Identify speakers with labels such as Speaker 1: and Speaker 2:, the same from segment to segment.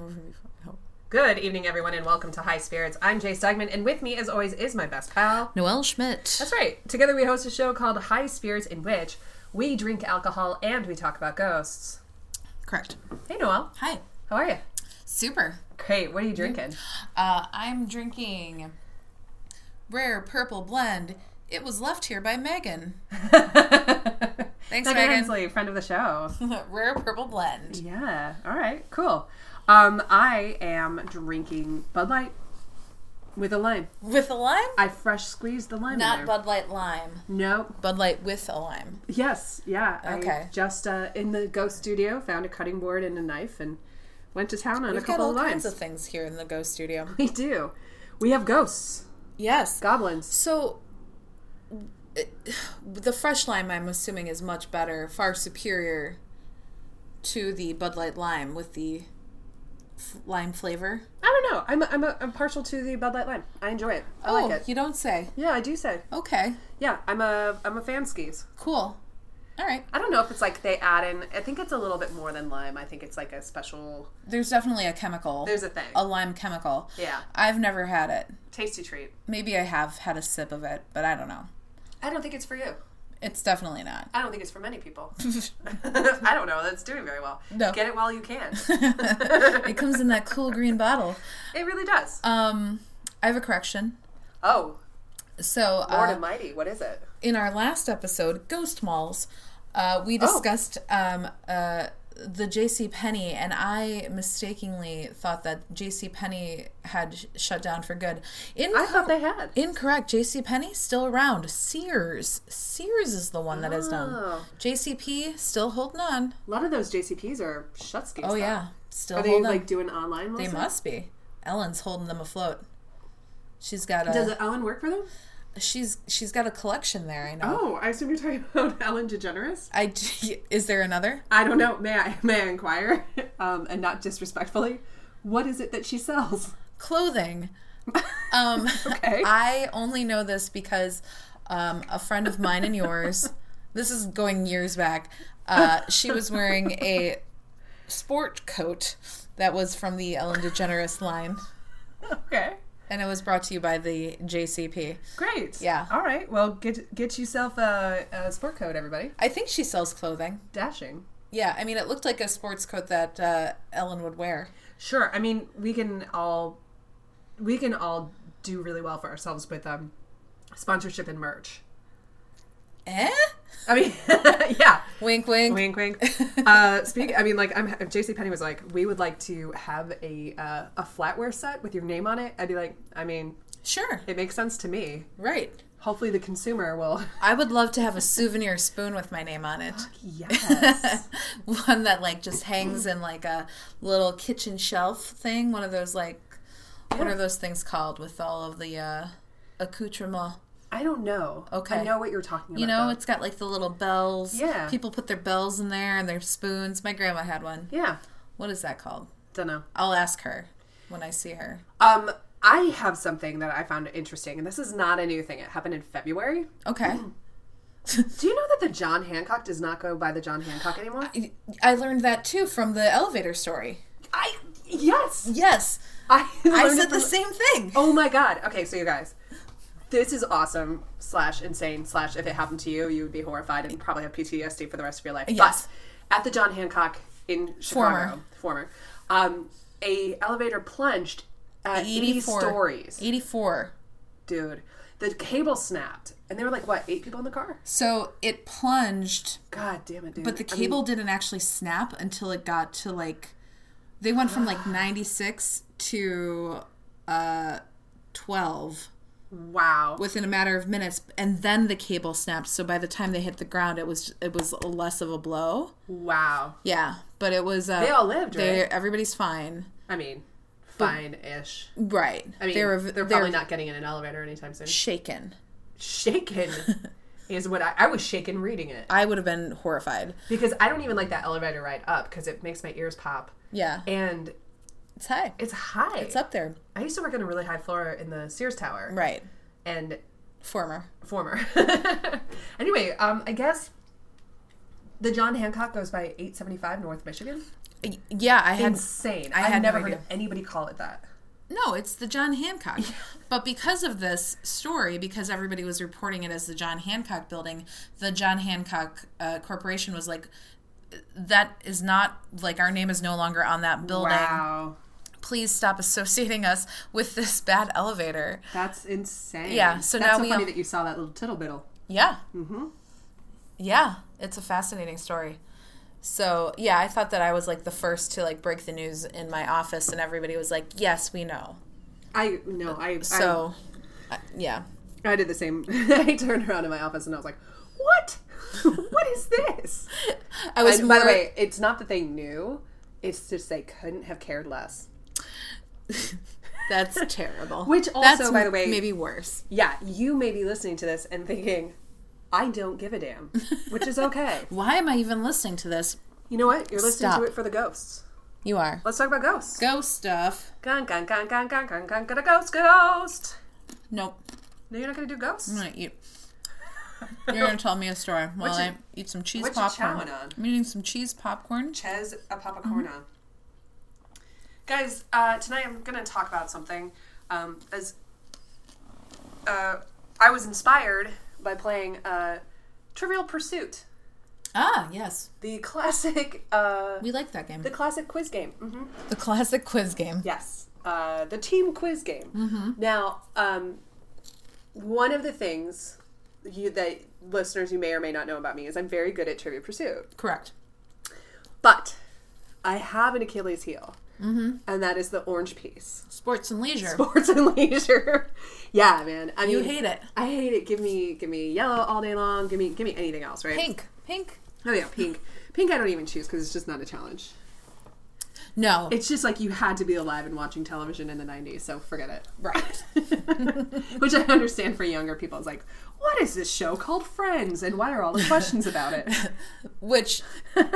Speaker 1: you fucking help.
Speaker 2: Good evening, everyone, and welcome to High Spirits. I'm Jay Stegman, and with me, as always, is my best pal.
Speaker 3: Noelle Schmidt.
Speaker 2: That's right. Together, we host a show called High Spirits, in which we drink alcohol and we talk about ghosts.
Speaker 1: Correct.
Speaker 2: Hey, Noel,
Speaker 3: Hi.
Speaker 2: how are you?
Speaker 3: Super.
Speaker 2: Great. What are you drinking?
Speaker 3: Uh, I'm drinking rare purple blend. It was left here by Megan. Thanks,
Speaker 2: Megan
Speaker 3: Megan.
Speaker 2: Hensley, friend of the show.
Speaker 3: rare purple blend.
Speaker 2: Yeah. All right. Cool. Um, I am drinking Bud Light with a lime.
Speaker 3: With a lime?
Speaker 2: I fresh squeezed the lime. in
Speaker 3: Not
Speaker 2: there.
Speaker 3: Bud Light lime.
Speaker 2: Nope.
Speaker 3: Bud Light with a lime.
Speaker 2: Yes. Yeah.
Speaker 3: Okay.
Speaker 2: I just uh, in the ghost studio found a cutting board and a knife and went to town on a
Speaker 3: We've got
Speaker 2: couple
Speaker 3: all
Speaker 2: of limes.
Speaker 3: kinds of things here in the Ghost Studio.
Speaker 2: we do. We have ghosts,
Speaker 3: Yes.
Speaker 2: goblins.
Speaker 3: So, it- the fresh lime, I'm assuming, is much better, far superior to the Bud Light lime with the f- lime flavor.
Speaker 2: I don't know. I'm I'm, I'm partial to the Bud Light lime. I enjoy it. I
Speaker 3: oh,
Speaker 2: like it.
Speaker 3: you don't say.
Speaker 2: Yeah, I do say.
Speaker 3: Okay,
Speaker 2: Yeah, I'm a I'm a fan skis.
Speaker 3: cool. All right.
Speaker 2: I don't know if it's like they add in. I think it's a little bit more than lime. I think it's like a special.
Speaker 3: There's definitely a chemical,
Speaker 2: There's a thing.
Speaker 3: a lime chemical.
Speaker 2: Yeah,
Speaker 3: I've never had it.
Speaker 2: tasty treat.
Speaker 3: Maybe I have had a sip of it, but I don't know.
Speaker 2: I don't think it's for you.
Speaker 3: It's definitely not.
Speaker 2: I don't think it's for many people. I don't know. That's doing very well.
Speaker 3: No.
Speaker 2: Get it while you can.
Speaker 3: it comes in that cool green bottle.
Speaker 2: It really does.
Speaker 3: Um, I have a correction.
Speaker 2: oh,
Speaker 3: So,
Speaker 2: Lord
Speaker 3: uh,
Speaker 2: Almighty, what is it?
Speaker 3: in our last episode, Ghost Malls, uh,
Speaker 2: Oh.
Speaker 3: we discussed um, uh, the J.C. Penney, and I mistakenly thought that J.C. Penney had sh- shut down for good. In-
Speaker 2: I thought they had.
Speaker 3: Incorrect. J.C. Penney still around. Sears. Sears is the one that is done.
Speaker 2: Oh.
Speaker 3: J.C.P. still holding on.
Speaker 2: A lot of those JCPs are shutskis.
Speaker 3: Oh yeah, still
Speaker 2: Are they
Speaker 3: holding. on.
Speaker 2: like doing online?
Speaker 3: they
Speaker 2: ones now?
Speaker 3: must be. Ellen's holding them afloat. She's got
Speaker 2: Does
Speaker 3: a
Speaker 2: it Ellen work for them?
Speaker 3: she's she's got a collection there. I know.
Speaker 2: Oh, I assume you're talking about Ellen DeGeneres.
Speaker 3: I d- is there another?
Speaker 2: I don't know. May I may I inquire, um, and not disrespectfully, what is it that she sells?
Speaker 3: clothing. Um,
Speaker 2: Okay.
Speaker 3: I only know this because um, a friend of mine and yours, this is going years back, uh, she was wearing a sport coat that was from the Ellen DeGeneres line.
Speaker 2: Okay.
Speaker 3: And it was brought to you by the JCP.
Speaker 2: Great.
Speaker 3: Yeah.
Speaker 2: All right. Well, get get yourself a, a sport coat, everybody.
Speaker 3: I think she sells clothing.
Speaker 2: Dashing.
Speaker 3: Yeah, I mean, it looked like a sports coat that uh, Ellen would wear.
Speaker 2: Sure. I mean, we can all we can all do really well for ourselves with um sponsorship and merch.
Speaker 3: Eh?
Speaker 2: I mean, yeah.
Speaker 3: Wink, wink.
Speaker 2: Wink, wink. Uh, speak. I mean, like, I'm. If J.C. Penney was like, we would like to have a uh, a flatware set with your name on it. I'd be like, I mean,
Speaker 3: Sure.
Speaker 2: it makes sense to me.
Speaker 3: Right.
Speaker 2: Hopefully, the consumer will.
Speaker 3: I would love to have a souvenir spoon with my name on it.
Speaker 2: Yes.
Speaker 3: one that like just hangs in like a little kitchen shelf thing one of those like what are those things called with all of the uh accoutrement
Speaker 2: I don't know.
Speaker 3: Okay.
Speaker 2: I know what you're talking about.
Speaker 3: you know
Speaker 2: though.
Speaker 3: it's got like the little bells
Speaker 2: Yeah.
Speaker 3: people put their bells in there and their spoons my grandma had one
Speaker 2: yeah.
Speaker 3: what is that called
Speaker 2: Don't know.
Speaker 3: i'll ask her when i see her
Speaker 2: Um, I have something that I found interesting, and this is not a new thing. It happened in February.
Speaker 3: okay
Speaker 2: Do you know that the John Hancock does not go by the John Hancock anymore?
Speaker 3: i learned that too from the elevator story
Speaker 2: I yes.
Speaker 3: yes
Speaker 2: I,
Speaker 3: i
Speaker 2: learned it
Speaker 3: said the
Speaker 2: from-
Speaker 3: same thing
Speaker 2: Oh my god. Okay, so you guys, this is awesome slash insane slash if it happened to you, you would be horrified and probably have PTSD for the rest of your life.
Speaker 3: Yes.
Speaker 2: But at the John Hancock in Chicago, former, um, a elevator plunged at
Speaker 3: 84
Speaker 2: 80 stories.
Speaker 3: 84
Speaker 2: Dude, the cable snapped, and there were like what eight people in the car?
Speaker 3: so it plunged
Speaker 2: God damn it, dude.
Speaker 3: But the
Speaker 2: I mean,
Speaker 3: cable didn't actually snap until it got to like they went from like 96 to uh 12
Speaker 2: wow.
Speaker 3: within a matter of minutes and then the cable snapped so by the time they hit the ground it was it was less of a blow
Speaker 2: Wow.
Speaker 3: yeah but it was uh,
Speaker 2: They all lived,
Speaker 3: they
Speaker 2: right?
Speaker 3: everybody's fine
Speaker 2: I mean, fine ish.
Speaker 3: right
Speaker 2: I mean,
Speaker 3: they
Speaker 2: they
Speaker 3: were
Speaker 2: are
Speaker 3: v-
Speaker 2: probably not getting in an elevator anytime soon.
Speaker 3: shaken
Speaker 2: Shaken is what I, I was shaken reading it
Speaker 3: i would have been horrified
Speaker 2: because I don't even like that elevator ride up because it makes my ears pop
Speaker 3: yeah
Speaker 2: and
Speaker 3: it's high
Speaker 2: it's high.
Speaker 3: it's up there
Speaker 2: I used to work on a really high floor in the Sears Tower
Speaker 3: right
Speaker 2: and
Speaker 3: former
Speaker 2: former. anyway, um, I guess the John Hancock goes by 875 North Michigan.
Speaker 3: Yeah, I had
Speaker 2: Insane.
Speaker 3: I
Speaker 2: I
Speaker 3: had
Speaker 2: had
Speaker 3: no
Speaker 2: never heard
Speaker 3: idea.
Speaker 2: of anybody call it that.
Speaker 3: No, it's the John Hancock. But because of this story, because everybody was reporting it as the John Hancock building, the John Hancock uh, Corporation was like, that is not, like, our name is no longer on that building.
Speaker 2: Wow.
Speaker 3: Please stop associating us with this bad elevator.
Speaker 2: That's insane.
Speaker 3: Yeah, so
Speaker 2: That's
Speaker 3: now
Speaker 2: so
Speaker 3: we
Speaker 2: funny
Speaker 3: all-
Speaker 2: that you saw that little tittle biddle.
Speaker 3: Yeah. Mm-hmm. Yeah, it's a fascinating story. So yeah, I thought that I was like the first to like break the news in my office, and everybody was like, "Yes, we know."
Speaker 2: I no, I so
Speaker 3: So, uh, yeah,
Speaker 2: I, I did the same. I turned around in my office and I was like, "What? what is this?"
Speaker 3: I was
Speaker 2: And by the
Speaker 3: more-
Speaker 2: way, it's not that they knew; it's just they couldn't have cared less.
Speaker 3: That's terrible.
Speaker 2: Which also,
Speaker 3: That's
Speaker 2: by the way-
Speaker 3: maybe worse.
Speaker 2: Yeah, you may be listening to this and thinking, "I don't give a damn," which is okay.
Speaker 3: Why am I even listening to this?
Speaker 2: you know what? You're listening
Speaker 3: Stop.
Speaker 2: to it for the ghosts.
Speaker 3: You are
Speaker 2: Let's talk about ghosts.
Speaker 3: ghost stuff.
Speaker 2: Gun, gun, gun, gun, gun, gun, gun, gun, a ghost, ghost.
Speaker 3: Nope,
Speaker 2: No, you're not gonna do ghosts.
Speaker 3: I'm gonna eat. You're gonna tell me a story while
Speaker 2: you-
Speaker 3: I eat some cheese
Speaker 2: what you
Speaker 3: popcorn.
Speaker 2: chowing on?
Speaker 3: I'm eating some cheese popcorn.
Speaker 2: Chez
Speaker 3: Mm-hmm.
Speaker 2: a Papacorna. Guys, uh, tonight I'm going to talk about something. Um, as uh, I was inspired by playing uh, Trivial Pursuit,
Speaker 3: Ah, yes,
Speaker 2: the classic, uh,
Speaker 3: we like that game.
Speaker 2: the
Speaker 3: The,
Speaker 2: classic quiz game. hmm
Speaker 3: classic quiz game.
Speaker 2: Yes, uh, the team quiz game.
Speaker 3: Mm-hmm.
Speaker 2: Now, um, one of the things you, that listeners you may or may not know about me is I'm very good at Trivia Pursuit.
Speaker 3: Correct.
Speaker 2: But I have an Achilles heel,
Speaker 3: Mm-hmm.
Speaker 2: and that is the orange piece.
Speaker 3: Sports and leisure.
Speaker 2: Sports and leisure. yeah, man. I mean,
Speaker 3: You hate it.
Speaker 2: I hate it. Give me, give me yellow all day long. Give me, give me anything else, right?
Speaker 3: Pink, pink.
Speaker 2: Oh yeah, pink. Pink. I don't even choose because it's just not a challenge.
Speaker 3: No,
Speaker 2: It's just like you had to be alive and watching television in the '90s, so forget it.
Speaker 3: right.
Speaker 2: Which I understand for younger people. It's like, what is this show called Friends, and why are all the questions about it?
Speaker 3: Which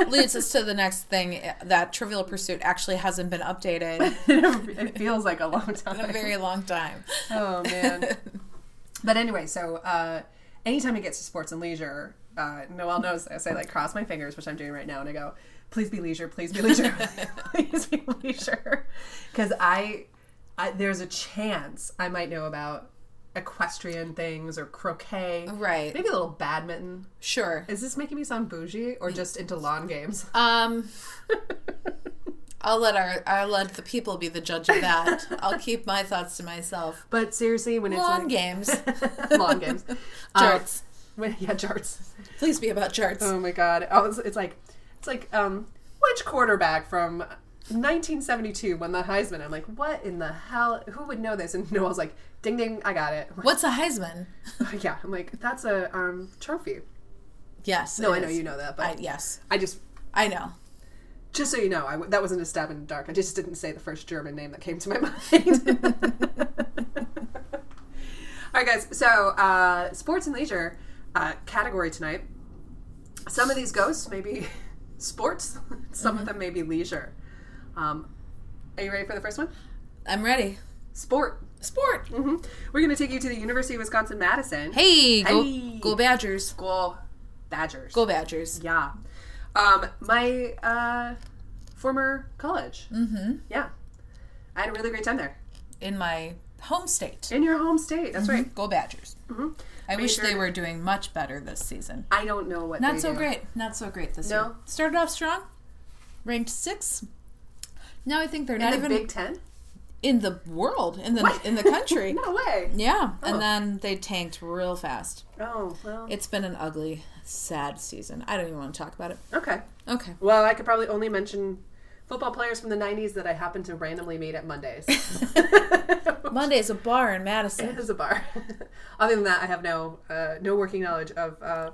Speaker 3: leads us to the next thing uh, that Trivial Pursuit actually hasn't been updated
Speaker 2: it feels like a long time.
Speaker 3: in a very long time.
Speaker 2: Oh man. but anyway, so uh, anytime it gets to sports and leisure, uh, Noel knows this. I like cross my fingers, which I'm doing right now, and I go, "Please be leisure. Please be leisure. please be leisure." Because I, I, there's a chance I might know about equestrian things or croquet,
Speaker 3: Right.
Speaker 2: Maybe a little badminton.
Speaker 3: Sure.
Speaker 2: Is this making me sound bougie or just into lawn games?
Speaker 3: Um, I'll let our I'll let the people be the judge of that. I'll keep my thoughts to myself.
Speaker 2: But seriously, when it's
Speaker 3: Lawn
Speaker 2: like,
Speaker 3: games,
Speaker 2: lawn games, Uh,
Speaker 3: charts.
Speaker 2: when, yeah, charts.
Speaker 3: Please be about charts.
Speaker 2: Oh my god! Oh, it's, it's like it's like um, which quarterback from 1972 won the Heisman? I'm like, what in the hell? Who would know this? And Noel's like, ding ding, I got it.
Speaker 3: What's a Heisman?
Speaker 2: yeah, I'm like, that's a um trophy.
Speaker 3: Yes.
Speaker 2: No,
Speaker 3: it
Speaker 2: I know
Speaker 3: is.
Speaker 2: you know that, but
Speaker 3: I,
Speaker 2: I,
Speaker 3: yes,
Speaker 2: just
Speaker 3: I know.
Speaker 2: just so you know, I w- that wasn't a stab in the dark. I just didn't say the first German name that came to my mind. All right, guys. So, uh, sports and leisure uh, category tonight. Some of these ghosts may be sports. Some of them may be leisure. Um, are you ready for the first one?
Speaker 3: I'm ready.
Speaker 2: Sport.
Speaker 3: Sport.
Speaker 2: hmm We're going to take you to the University of Wisconsin Madison.
Speaker 3: Hey,
Speaker 2: Hey.
Speaker 3: go go Badgers.
Speaker 2: School Badgers.
Speaker 3: Go Badgers.
Speaker 2: Yeah. Um, my uh, former college. Mm-hmm. Yeah. I had a really great time there.
Speaker 3: In my home state.
Speaker 2: In Mm-hmm. your home state. That's right.
Speaker 3: Go Badgers. I wish
Speaker 2: sure
Speaker 3: they
Speaker 2: to-
Speaker 3: were doing much better this season.
Speaker 2: I don't know what
Speaker 3: Mm-hmm. Not
Speaker 2: they
Speaker 3: so
Speaker 2: do.
Speaker 3: great. Not so great this
Speaker 2: No.
Speaker 3: year. Started off strong, ranked six. Now I think they're
Speaker 2: In
Speaker 3: not
Speaker 2: the
Speaker 3: even
Speaker 2: Big Ten?
Speaker 3: in the world, in the
Speaker 2: What?
Speaker 3: in the country.
Speaker 2: No way.
Speaker 3: Yeah,
Speaker 2: Oh.
Speaker 3: and then they tanked real fast.
Speaker 2: Oh, well.
Speaker 3: It's been an ugly, sad season. I don't even want to talk about it.
Speaker 2: Okay.
Speaker 3: Okay.
Speaker 2: Well, I could probably only mention football players from the 90s that I happen to randomly meet at Mondays.
Speaker 3: Monday's a bar in Madison.
Speaker 2: As a bar. Other than that, I have no uh, no working knowledge of uh,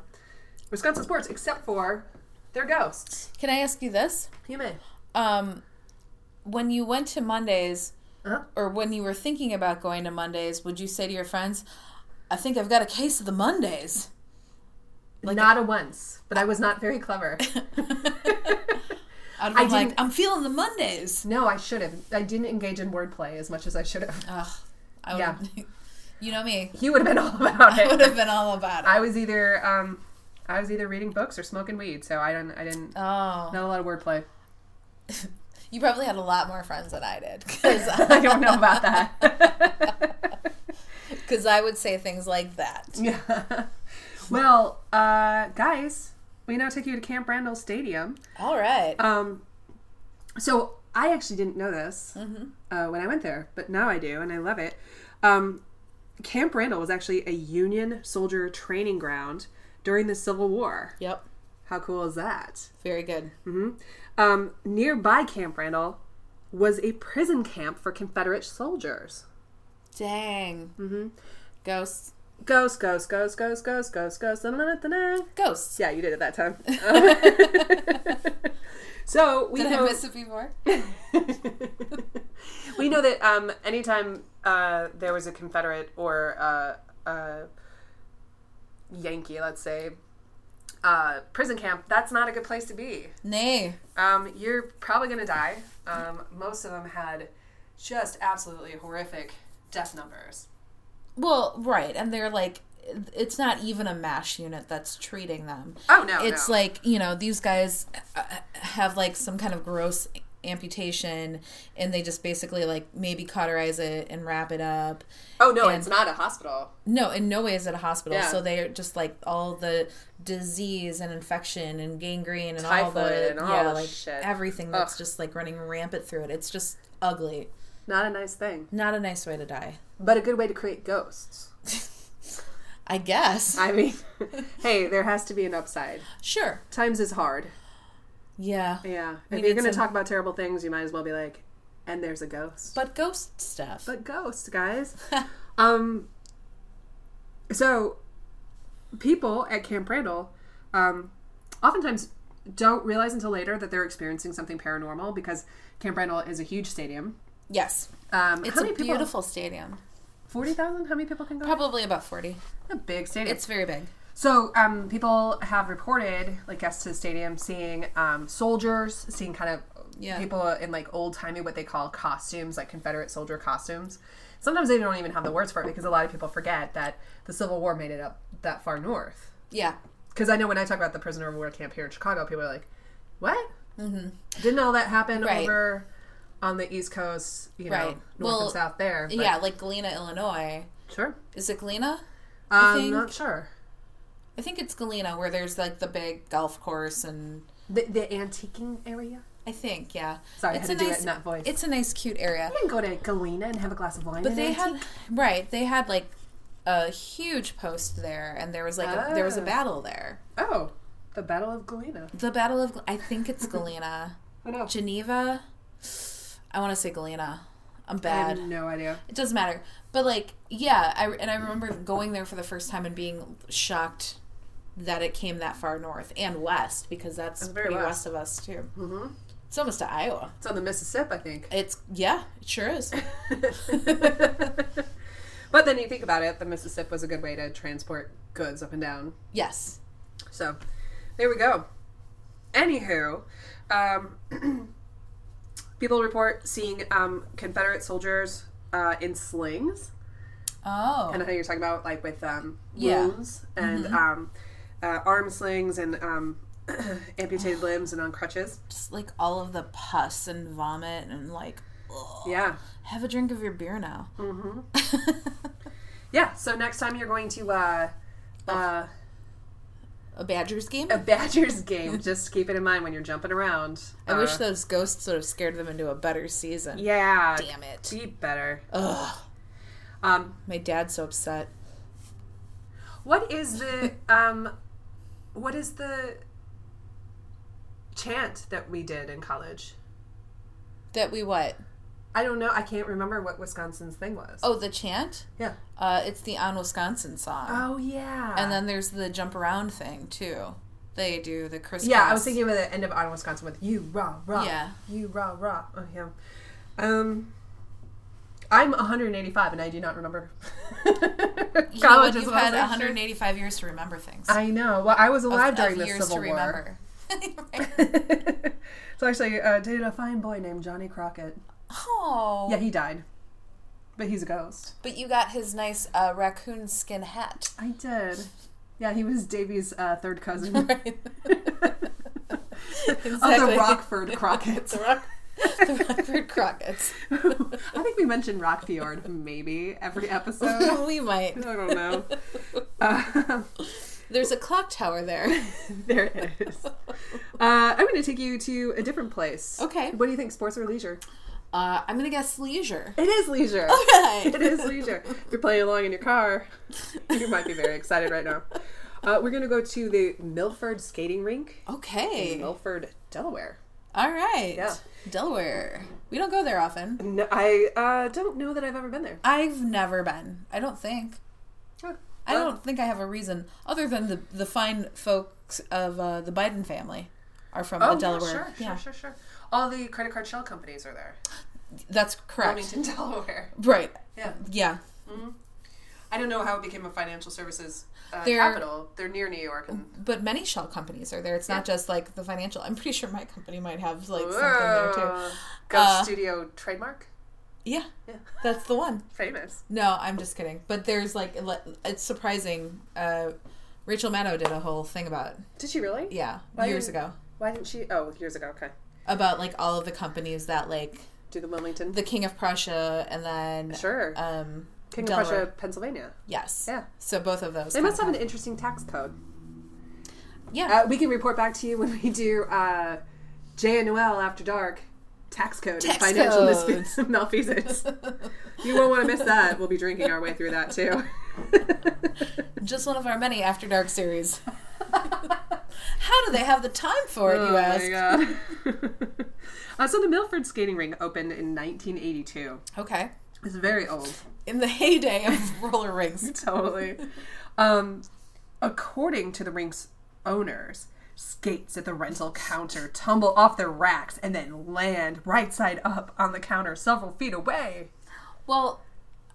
Speaker 2: Wisconsin sports except for their ghosts.
Speaker 3: Can I ask you this?
Speaker 2: You may.
Speaker 3: Um, when you went to Mondays,
Speaker 2: Uh-huh.
Speaker 3: or when you were thinking about going to Mondays, would you say to your friends, "I think I've got a case of the Mondays"?
Speaker 2: not a once, but I was not very clever.
Speaker 3: I'd
Speaker 2: I
Speaker 3: be like,
Speaker 2: didn't-
Speaker 3: "I'm feeling the Mondays."
Speaker 2: No, I should have. I didn't engage in wordplay as much as I should have.
Speaker 3: Ugh, I would,
Speaker 2: Yeah.
Speaker 3: you know me.
Speaker 2: He would have been all about
Speaker 3: I would
Speaker 2: it.
Speaker 3: have been all about it.
Speaker 2: I was either um, I was either reading books or smoking weed, so I don't. I didn't.
Speaker 3: Oh,
Speaker 2: Not a lot of wordplay.
Speaker 3: You probably had a lot more friends than I did because
Speaker 2: I don't know about that.
Speaker 3: I would say things like that.
Speaker 2: yeah. Well, uh, guys, we now take you to Camp Randall Stadium.
Speaker 3: All right.
Speaker 2: Um, so I actually didn't know this
Speaker 3: Mm-hmm.
Speaker 2: uh, when I went there, but now I do, and I love it. Um, Camp Randall was actually a Union soldier training ground during the Civil War.
Speaker 3: Yep.
Speaker 2: How cool is that?
Speaker 3: Very good.
Speaker 2: Um, nearby Camp Randall was a prison camp for Confederate soldiers.
Speaker 3: Dang. Mm-hmm. Ghosts.
Speaker 2: Ghost, ghost, ghost, ghost, ghost, ghost, ghost. da-na-na-na-na.
Speaker 3: Ghosts.
Speaker 2: Yeah, you did it that time. Um, so we
Speaker 3: Did I
Speaker 2: know,
Speaker 3: miss it before?
Speaker 2: we know that um, anytime uh, there was a Confederate or uh, uh, Yankee, let's say, uh, prison camp, that's not a good place to be.
Speaker 3: Nay.
Speaker 2: Um, you're probably going to die. Um, most of them had just absolutely horrific death numbers.
Speaker 3: Well, right, and they're like, it's not even a mash unit that's treating them.
Speaker 2: Oh, no.
Speaker 3: it's
Speaker 2: no.
Speaker 3: like you know these guys uh, have like some kind of gross amputation, and they just basically like maybe cauterize it and wrap it up.
Speaker 2: Oh, no, it's not a hospital.
Speaker 3: No, in no way is it a hospital.
Speaker 2: Yeah.
Speaker 3: So they're just like all the disease and infection and gangrene and all
Speaker 2: Typhoid
Speaker 3: the
Speaker 2: and all
Speaker 3: yeah,
Speaker 2: the
Speaker 3: like
Speaker 2: shit.
Speaker 3: everything that's just like running rampant through it. It's just ugly.
Speaker 2: Not a nice thing,
Speaker 3: Not a nice way to die.
Speaker 2: but a good way to create ghosts.
Speaker 3: I guess.
Speaker 2: I mean, hey, there has to be an upside.
Speaker 3: sure.
Speaker 2: Times is hard.
Speaker 3: Yeah.
Speaker 2: Yeah.
Speaker 3: We
Speaker 2: if you're
Speaker 3: need
Speaker 2: going to
Speaker 3: some-
Speaker 2: talk about terrible things, you might as well be like, and there's a ghost.
Speaker 3: But ghost stuff.
Speaker 2: But ghosts, guys. um, so, people at Camp Randall um, oftentimes don't realize until later that they're experiencing something paranormal because Camp Randall is a huge stadium.
Speaker 3: yes.
Speaker 2: Um,
Speaker 3: It's
Speaker 2: how
Speaker 3: a
Speaker 2: many people?
Speaker 3: beautiful stadium.
Speaker 2: 40,000? How many people can go?
Speaker 3: Probably about 40.
Speaker 2: a big stadium.
Speaker 3: It's very big.
Speaker 2: So, um, people have reported, like guests to the stadium, seeing um, soldiers, seeing kind of
Speaker 3: Yeah.
Speaker 2: people in like old timey, what they call costumes, like Confederate soldier costumes. Sometimes they don't even have the words for it because a lot of people forget that the Civil War made it up that far north.
Speaker 3: Yeah.
Speaker 2: Because I know when I talk about the prisoner of war camp here in Chicago, people are like, "What? Mm-hmm. Didn't all that happen
Speaker 3: Right.
Speaker 2: over on the East Coast? You know,
Speaker 3: Right.
Speaker 2: north
Speaker 3: Well,
Speaker 2: and south there? But-
Speaker 3: yeah, like Galena, Illinois.
Speaker 2: sure.
Speaker 3: Is it Galena?
Speaker 2: I'm
Speaker 3: think-
Speaker 2: not sure.
Speaker 3: I think it's Galena where there's like the big golf course and
Speaker 2: The, the antiquing area.
Speaker 3: I think, yeah.
Speaker 2: Sorry, I
Speaker 3: it's
Speaker 2: had to
Speaker 3: a
Speaker 2: do it
Speaker 3: nice,
Speaker 2: in that voice.
Speaker 3: It's a nice cute area.
Speaker 2: You can go to Galena and have a glass of wine.
Speaker 3: But they had right, they had like a huge post there and there was like a, there was a
Speaker 2: Oh.
Speaker 3: battle there.
Speaker 2: Oh, the Battle of Galena.
Speaker 3: The Battle of I think it's Galena.
Speaker 2: I know.
Speaker 3: Geneva. I want to say Galena. I'm
Speaker 2: I
Speaker 3: bad.
Speaker 2: have no idea.
Speaker 3: It doesn't matter. But like, yeah, I and I remember going there for the first time and being shocked that it came that far north and west because that's
Speaker 2: It's very
Speaker 3: pretty
Speaker 2: west.
Speaker 3: west. of us too. Mm-hmm. It's almost to Iowa.
Speaker 2: It's on the Mississippi, I think.
Speaker 3: It's yeah, it sure is.
Speaker 2: but then you think about it, the Mississippi was a good way to transport goods up and down.
Speaker 3: yes,
Speaker 2: So there we go. Anywho, um, people report seeing um, Confederate soldiers uh, in slings.
Speaker 3: Oh,
Speaker 2: And I know you're talking about like with um,
Speaker 3: Yeah. Mm-hmm.
Speaker 2: wounds and um, uh, arm slings and um, amputated limbs and on crutches.
Speaker 3: just like all of the pus and vomit and like, ugh.
Speaker 2: Yeah.
Speaker 3: have a drink of your beer now.
Speaker 2: Mm-hmm. Yeah, so next time you're going to uh,
Speaker 3: Oh.
Speaker 2: uh,
Speaker 3: A Badgers game.
Speaker 2: a Badgers game, just keep it in mind when you're jumping around.
Speaker 3: I wish
Speaker 2: Uh,
Speaker 3: those ghosts would have scared them into a better season.
Speaker 2: yeah,
Speaker 3: Damn it.
Speaker 2: be better.
Speaker 3: Ugh.
Speaker 2: Um,
Speaker 3: My dad's so upset.
Speaker 2: what is the um, what is the chant that we did in college?
Speaker 3: That we what?
Speaker 2: I don't know. I can't remember what Wisconsin's thing was.
Speaker 3: Oh, the chant?
Speaker 2: yeah.
Speaker 3: Uh, it's the On Wisconsin song.
Speaker 2: Oh yeah.
Speaker 3: And then there's the jump around thing too. They do the crisscross.
Speaker 2: yeah, I was thinking about the end of On Wisconsin with you rah rah.
Speaker 3: Yeah.
Speaker 2: You rah rah. Oh yeah. Um. I'm 185 and I do not remember.
Speaker 3: You know what?
Speaker 2: College is
Speaker 3: You've
Speaker 2: what I
Speaker 3: had
Speaker 2: was like,
Speaker 3: 185 years to remember things.
Speaker 2: I know. Well, I was alive
Speaker 3: Of
Speaker 2: during the
Speaker 3: years
Speaker 2: Civil
Speaker 3: to
Speaker 2: War.
Speaker 3: remember.
Speaker 2: so actually, uh, dated a fine boy named Johnny Crockett.
Speaker 3: oh.
Speaker 2: Yeah, he died, but he's a ghost.
Speaker 3: But you got his nice uh, raccoon skin hat.
Speaker 2: I did. Yeah, he was Davy's uh, third cousin. of
Speaker 3: Exactly.
Speaker 2: Oh, the Rockford Crockett's.
Speaker 3: The Rock, the Rockford Crockett's.
Speaker 2: I think we mentioned Rock Fjord maybe every episode.
Speaker 3: we might.
Speaker 2: I don't know. Uh,
Speaker 3: There's a clock tower there.
Speaker 2: there it is. Uh, I'm going to take you to a different place.
Speaker 3: Okay.
Speaker 2: What do you think, sports or leisure?
Speaker 3: Uh, I'm gonna guess leisure.
Speaker 2: It is leisure.
Speaker 3: right.
Speaker 2: It is leisure. If you're playing along in your car, you might be very excited right now. Uh, we're going to go to the Milford Skating Rink in
Speaker 3: Okay.
Speaker 2: Milford, Delaware.
Speaker 3: All right.
Speaker 2: Yeah.
Speaker 3: Delaware. We don't go there often.
Speaker 2: No, I uh, don't know that I've ever been there.
Speaker 3: I've never been. I don't think.
Speaker 2: Huh.
Speaker 3: I
Speaker 2: Well,
Speaker 3: don't think I have a reason other than the the fine folks of uh, the Biden family are from
Speaker 2: Oh,
Speaker 3: the Delaware.
Speaker 2: Yeah, sure,
Speaker 3: Yeah.
Speaker 2: sure, sure, sure. All the credit card shell companies are there.
Speaker 3: That's correct.
Speaker 2: Wilmington, Delaware.
Speaker 3: Right.
Speaker 2: Yeah.
Speaker 3: Yeah.
Speaker 2: I don't know how it became a financial services uh,
Speaker 3: They're-
Speaker 2: capital. They're near New York. And,
Speaker 3: But many shell companies are there. It's not just like the financial. I'm pretty sure my company might have like something there too.
Speaker 2: Whoa. Gov
Speaker 3: Uh,
Speaker 2: Studio trademark?
Speaker 3: Yeah.
Speaker 2: Yeah.
Speaker 3: That's the one.
Speaker 2: Famous.
Speaker 3: No, I'm just kidding. But there's like ele- it's surprising uh Rachel Maddow did a whole thing about
Speaker 2: Did she really?
Speaker 3: yeah,
Speaker 2: Why
Speaker 3: years
Speaker 2: didn't-
Speaker 3: ago
Speaker 2: Why didn't she? Oh, years ago. Okay.
Speaker 3: about like all of the companies that like
Speaker 2: Do the Wilmington.
Speaker 3: the King of Prussia and then
Speaker 2: sure.
Speaker 3: um
Speaker 2: King
Speaker 3: Delaware.
Speaker 2: of Prussia, Pennsylvania.
Speaker 3: Yes.
Speaker 2: Yeah.
Speaker 3: So both of those.
Speaker 2: They
Speaker 3: kind
Speaker 2: must
Speaker 3: of
Speaker 2: have an interesting tax code.
Speaker 3: Yeah.
Speaker 2: Uh, we can report back to you when we do uh, J and Noel after dark. Tax code
Speaker 3: Tax
Speaker 2: and financial
Speaker 3: codes.
Speaker 2: misfits, malfeasance. you won't want to miss that. We'll be drinking our way through that too.
Speaker 3: Just one of our many After Dark series. How do they have the time for it, you ask?
Speaker 2: my Oh god! uh, so the Milford Skating Rink opened in 1982.
Speaker 3: Okay.
Speaker 2: It's very old.
Speaker 3: In the heyday of roller rinks.
Speaker 2: totally. Um, according to the rink's owners, skates at the rental counter tumble off their racks and then land right side up on the counter several feet away.
Speaker 3: Well,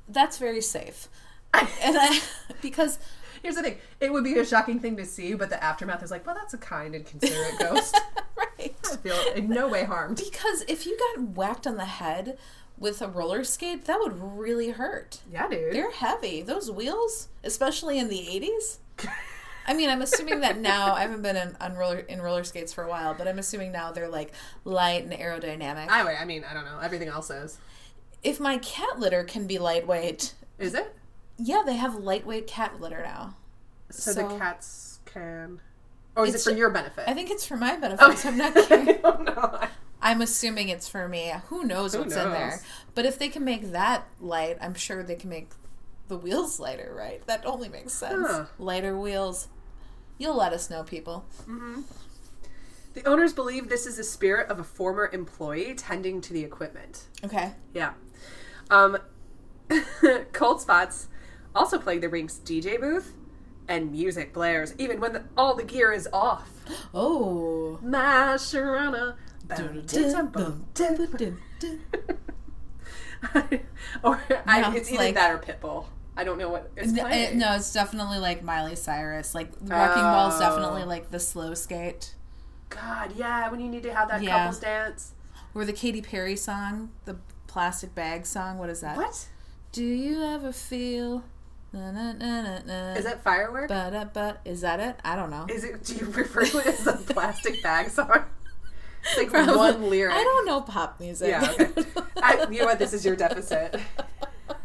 Speaker 3: that's very safe. And I because
Speaker 2: Here's the thing it would be a shocking thing to see, but the aftermath is like, well, that's a kind and considerate ghost.
Speaker 3: right.
Speaker 2: I feel in no way harmed.
Speaker 3: Because if you got whacked on the head with a roller skate, that would really hurt.
Speaker 2: Yeah, dude.
Speaker 3: They're heavy. Those wheels, especially in the 80s. I mean, I'm assuming that now I haven't been in, on roller in roller skates for a while, but I'm assuming now they're like light and aerodynamic.
Speaker 2: Anyway, I mean, I don't know. Everything else is.
Speaker 3: if my cat litter can be lightweight,
Speaker 2: Is it?
Speaker 3: yeah, they have lightweight cat litter now.
Speaker 2: So,
Speaker 3: So-
Speaker 2: the cats can. Or is
Speaker 3: It's
Speaker 2: it for
Speaker 3: ju-
Speaker 2: your benefit?
Speaker 3: I think it's for my benefit. so I'm not. Kidding.
Speaker 2: don't know.
Speaker 3: I'm assuming it's for me. Who knows what's in
Speaker 2: knows?
Speaker 3: there? But if they can make that light, I'm sure they can make the wheels lighter, right? That only makes sense.
Speaker 2: Huh.
Speaker 3: Lighter wheels. You'll let us know, people.
Speaker 2: The owners believe this is the spirit of a former employee tending to the equipment.
Speaker 3: Okay.
Speaker 2: Yeah. Um, Cold Spots also playing the rink's DJ booth, and music blares even when the, all the gear is off.
Speaker 3: Oh.
Speaker 2: My Sharana. Bum, dum, bum, dum. or
Speaker 3: Now
Speaker 2: I, it's
Speaker 3: it's
Speaker 2: either
Speaker 3: like-
Speaker 2: that or Pitbull. I don't know what it's
Speaker 3: No, it-
Speaker 2: playing.
Speaker 3: no, it's definitely like Miley Cyrus. Like the Wrecking
Speaker 2: Oh.
Speaker 3: Ball's definitely like the slow skate.
Speaker 2: God, yeah, when you need to have that
Speaker 3: Yeah.
Speaker 2: couples dance.
Speaker 3: Or the Katy Perry song, the plastic bag song. What is that?
Speaker 2: What?
Speaker 3: Do you ever feel? Na, na, na, na, na.
Speaker 2: Is that firework?
Speaker 3: But, uh, but, is that it? I don't know.
Speaker 2: Is it? Do you refer to it as the plastic bag song? It's like one lyric.
Speaker 3: I don't know pop music.
Speaker 2: Yeah. Okay. I, you know what? This is your deficit.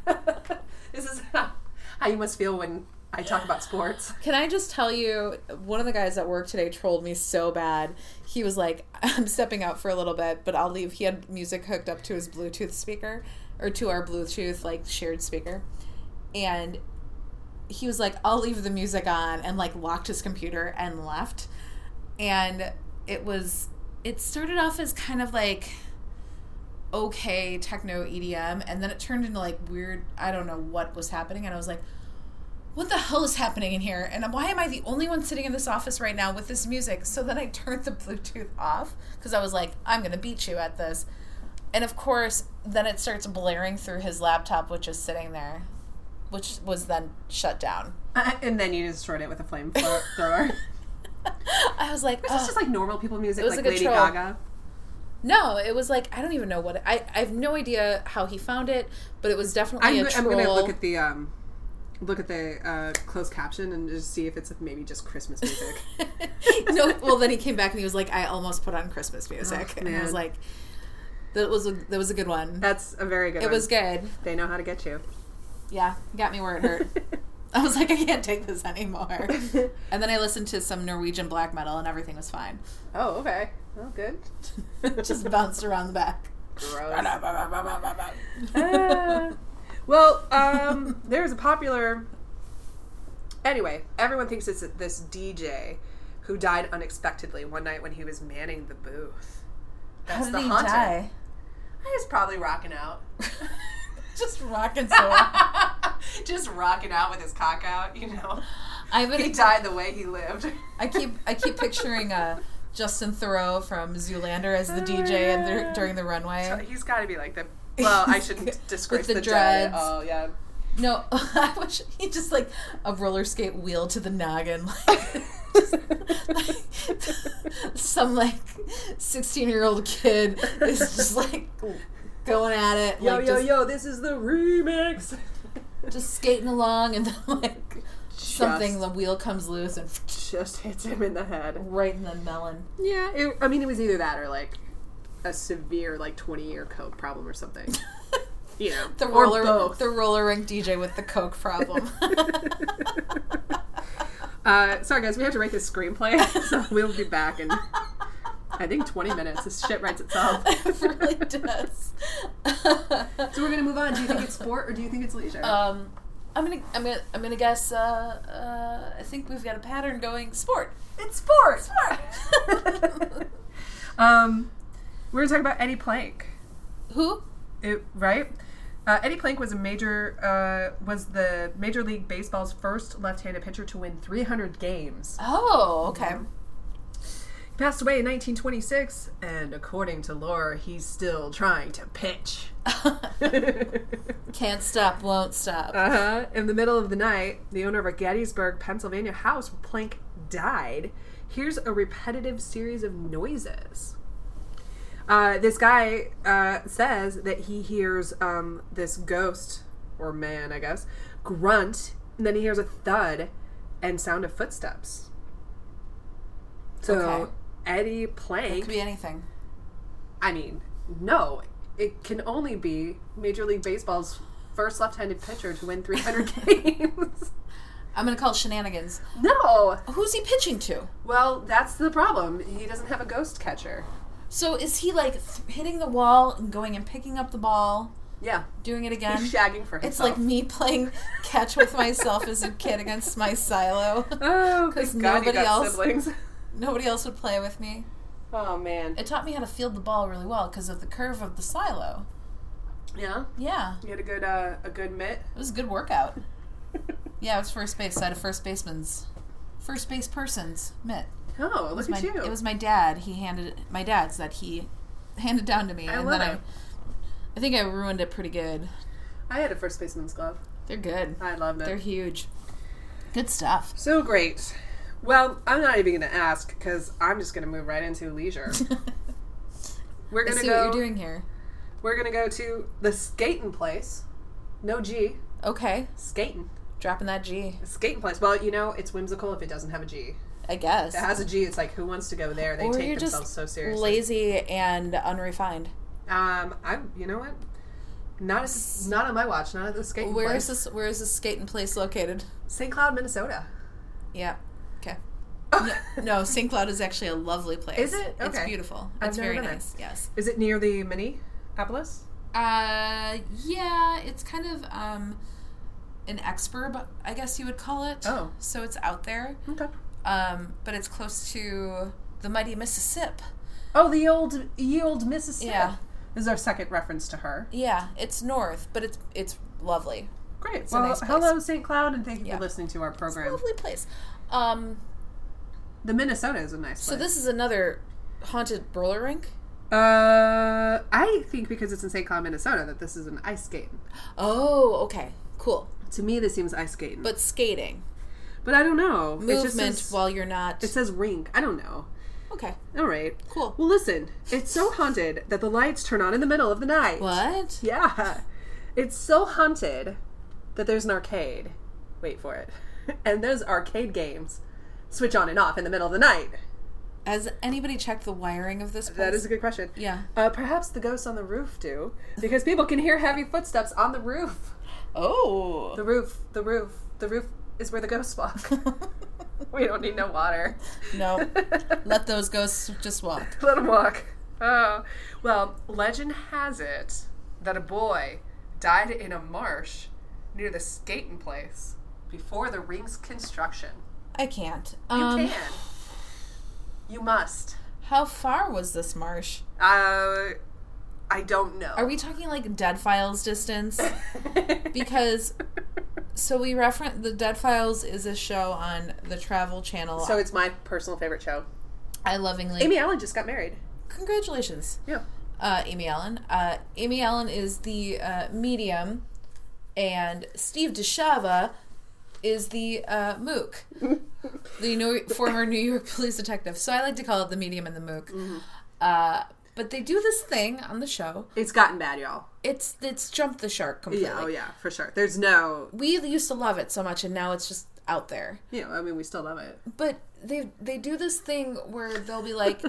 Speaker 2: this is how, how you must feel when I talk about sports.
Speaker 3: Can I just tell you, one of the guys at work today trolled me so bad. He was like, I'm stepping out for a little bit, but I'll leave. He had music hooked up to his Bluetooth speaker or to our Bluetooth, like, shared speaker. And he was like, I'll leave the music on and, like, locked his computer and left. And it was, it started off as kind of like, okay techno EDM and then it turned into like weird I don't know what was happening and I was like what the hell is happening in here and why am I the only one sitting in this office right now with this music so then I turned the bluetooth off cuz I was like I'm going to beat you at this and of course then it starts blaring through his laptop which is sitting there which was then shut down
Speaker 2: and then you destroyed it with a flamethrower.
Speaker 3: I was like
Speaker 2: It's
Speaker 3: "Ugh."
Speaker 2: just like normal people music,
Speaker 3: It was
Speaker 2: like
Speaker 3: a good
Speaker 2: Lady
Speaker 3: troll.
Speaker 2: Gaga.
Speaker 3: no it was like I don't even know what I I have no idea how he found it but it was definitely
Speaker 2: I'm,
Speaker 3: a
Speaker 2: go-
Speaker 3: troll
Speaker 2: I'm gonna look at the um look at the uh, closed caption and just see if it's maybe just Christmas music.
Speaker 3: no, well then he came back and he was like, I almost put on Christmas music,
Speaker 2: Oh,
Speaker 3: and I was
Speaker 2: man.
Speaker 3: like, that was a, that was a good one.
Speaker 2: That's a very good.
Speaker 3: It
Speaker 2: one.
Speaker 3: was good.
Speaker 2: They know how to get you.
Speaker 3: Yeah, got me where it hurt. I was like, I can't take this anymore. And then I listened to some Norwegian black metal, and everything was fine.
Speaker 2: oh, okay. Oh, good.
Speaker 3: Just bounced around the back.
Speaker 2: Gross. Ah. well, um, there's a popular. Anyway, everyone thinks it's this DJ who died unexpectedly one night when he was manning the booth. That's the haunting. He was probably rocking out.
Speaker 3: Just rocking so. hard.
Speaker 2: Just rocking out with his cock out, you know.
Speaker 3: I would.
Speaker 2: He died the way he lived.
Speaker 3: I keep. I keep picturing uh, Justin Thoreau from Zoolander as the DJ and the, during the runway.
Speaker 2: He's got to be like the. Well, I shouldn't disgrace
Speaker 3: the
Speaker 2: the, dead.
Speaker 3: dreads.
Speaker 2: Oh yeah.
Speaker 3: No, I wish he just like a roller skate wheel to the noggin, like, just, like, some like sixteen-year-old kid is just like going at it,
Speaker 2: Yo
Speaker 3: like,
Speaker 2: yo
Speaker 3: just,
Speaker 2: yo! This is the remix.
Speaker 3: just skating along, and then like something
Speaker 2: Just-
Speaker 3: the wheel comes loose and
Speaker 2: just hits him in the head.
Speaker 3: right in the melon.
Speaker 2: Yeah, it, I mean, it was either that or like a severe like twenty year coke problem or something. You know,
Speaker 3: The
Speaker 2: or
Speaker 3: roller,
Speaker 2: both.
Speaker 3: the roller rink DJ with the coke problem.
Speaker 2: Uh, sorry guys, we have to write this screenplay, so we'll be back in I think twenty minutes. This shit writes itself.
Speaker 3: it really does.
Speaker 2: So we're gonna move on. Do you think it's sport or do you think it's leisure?
Speaker 3: Um, I'm gonna, I'm gonna, I'm gonna guess. Uh, uh, I think we've got a pattern going. Sport.
Speaker 2: it's sport.
Speaker 3: Sport.
Speaker 2: um, we're gonna talk about Eddie Plank.
Speaker 3: Who?
Speaker 2: it, right? Uh, Eddie Plank was a major uh, was the Major League Baseball's first left-handed pitcher to win 300 games.
Speaker 3: Oh, okay.
Speaker 2: He passed away in 1926, and according to lore, he's still trying to pitch. uh-huh.
Speaker 3: Can't stop, won't stop.
Speaker 2: Uh, In the middle of the night, the owner of a Gettysburg, Pennsylvania house where Plank died hears a repetitive series of noises. Uh, this guy uh, says that he hears um, this ghost or man, I guess, grunt, and then he hears a thud and sound of footsteps. So
Speaker 3: Okay.
Speaker 2: Eddie Plank.
Speaker 3: Could be anything.
Speaker 2: I mean, no, it can only be Major League Baseball's first left-handed pitcher to win 300 games.
Speaker 3: I'm gonna call shenanigans.
Speaker 2: No.
Speaker 3: Who's he pitching to?
Speaker 2: Well, that's the problem. He doesn't have a ghost catcher.
Speaker 3: So is he like th- hitting the wall and going and picking up the ball,
Speaker 2: Yeah.
Speaker 3: doing it again?
Speaker 2: He's shagging for
Speaker 3: It's
Speaker 2: himself.
Speaker 3: like me playing catch with myself as a kid against my silo.
Speaker 2: Oh,
Speaker 3: 'Cause
Speaker 2: thank God you
Speaker 3: nobody
Speaker 2: got
Speaker 3: else-
Speaker 2: siblings.
Speaker 3: Nobody else would play with me.
Speaker 2: Oh man.
Speaker 3: It taught me how to field the ball really well because of the curve of the silo.
Speaker 2: Yeah.
Speaker 3: Yeah,
Speaker 2: You had a good uh, a good mitt.
Speaker 3: it was a good workout. Yeah, it was first base. So I had a first baseman's, first base person's mitt.
Speaker 2: oh,
Speaker 3: It
Speaker 2: look
Speaker 3: was
Speaker 2: at
Speaker 3: my,
Speaker 2: you.
Speaker 3: it was my dad. He handed my dad's that he handed down to me,
Speaker 2: I
Speaker 3: and
Speaker 2: love
Speaker 3: then
Speaker 2: it.
Speaker 3: I, I think I ruined it pretty good.
Speaker 2: I had a first baseman's glove.
Speaker 3: They're good.
Speaker 2: I loved it.
Speaker 3: They're huge. Good stuff.
Speaker 2: so great. Well, I'm not even going to ask because I'm just going to move right into leisure. We're
Speaker 3: I
Speaker 2: going to
Speaker 3: see
Speaker 2: go.
Speaker 3: what you're doing here.
Speaker 2: We're gonna go to the skating place. No G.
Speaker 3: Okay,
Speaker 2: Skating.
Speaker 3: dropping that G.
Speaker 2: Skating place. Well, you know, it's whimsical if it doesn't have a G.
Speaker 3: I guess.
Speaker 2: If it has a G, it's like who wants to go there? They
Speaker 3: or
Speaker 2: take
Speaker 3: you're
Speaker 2: themselves
Speaker 3: just
Speaker 2: so seriously.
Speaker 3: lazy and unrefined.
Speaker 2: Um, I'm you know what? Not a, not on my watch, not at the skating
Speaker 3: Where
Speaker 2: place.
Speaker 3: is this? Where is this skating place located?
Speaker 2: St. Cloud, Minnesota.
Speaker 3: Yeah. Okay. No, St. Cloud is actually a lovely place.
Speaker 2: Is it?
Speaker 3: It's
Speaker 2: Okay.
Speaker 3: beautiful.
Speaker 2: I've
Speaker 3: it's
Speaker 2: never
Speaker 3: very
Speaker 2: been there.
Speaker 3: nice. Yes.
Speaker 2: Is it near the Minneapolis?
Speaker 3: Uh, yeah, it's kind of um, an exurb, I guess you would call it.
Speaker 2: Oh.
Speaker 3: So it's out there,
Speaker 2: Okay.
Speaker 3: um, but it's close to the mighty Mississippi.
Speaker 2: Oh, the old ye old Mississippi.
Speaker 3: Yeah.
Speaker 2: This is our second reference to her.
Speaker 3: Yeah, it's north, but it's it's lovely.
Speaker 2: Great.
Speaker 3: a
Speaker 2: well,
Speaker 3: nice place.
Speaker 2: hello, St. Cloud, and thank you
Speaker 3: Yeah.
Speaker 2: for listening to our program.
Speaker 3: Lovely place. Um,
Speaker 2: The Minnesota is a nice place.
Speaker 3: so this is another haunted roller rink.
Speaker 2: Uh, I think because it's in St. Cloud, Minnesota, that this is an ice skating.
Speaker 3: Oh, okay, cool.
Speaker 2: To me, this seems ice skating, but,
Speaker 3: But skating
Speaker 2: I don't know. It just
Speaker 3: movement
Speaker 2: says-
Speaker 3: while you're not.
Speaker 2: it says rink. I don't know.
Speaker 3: Okay,
Speaker 2: All right.
Speaker 3: cool.
Speaker 2: Well, listen. It's so haunted that the lights turn on in the middle of the night.
Speaker 3: What?
Speaker 2: Yeah. It's so haunted that there's an arcade wait for it. And those arcade games switch on and off in the middle of the night.
Speaker 3: Has anybody checked the wiring of this place?
Speaker 2: That is a good question.
Speaker 3: Yeah.
Speaker 2: Uh, perhaps the ghosts on the roof do, because people can hear heavy footsteps on the roof.
Speaker 3: Oh.
Speaker 2: The roof, the roof, the roof is where the ghosts walk. we don't need no water.
Speaker 3: no. Let those ghosts just walk.
Speaker 2: Let them walk. Oh. Well, legend has it that a boy died in a marsh near the skating place before the rink's construction.
Speaker 3: I can't.
Speaker 2: You
Speaker 3: Um,
Speaker 2: can. You must.
Speaker 3: How far was this marsh?
Speaker 2: Uh, I don't know.
Speaker 3: Are we talking like Dead Files distance? Because so we reference the Dead Files is a show on the Travel Channel.
Speaker 2: so it's my personal favorite show.
Speaker 3: I lovingly
Speaker 2: Amy Allen just got married.
Speaker 3: congratulations.
Speaker 2: Yeah.
Speaker 3: uh, Amy Allen. Uh, Amy Allen is the uh, medium, and Steve DeShava is the uh, mook, the New- former New York police detective. So I like to call it the medium and the mook.
Speaker 2: Mm-hmm.
Speaker 3: Uh, but they do this thing on the show.
Speaker 2: It's gotten bad, y'all.
Speaker 3: It's it's jumped the shark completely.
Speaker 2: Yeah, oh yeah, for sure. There's no,
Speaker 3: We used to love it so much, and now it's just out there.
Speaker 2: you know, I mean, we still love it.
Speaker 3: But they they do this thing where they'll be like,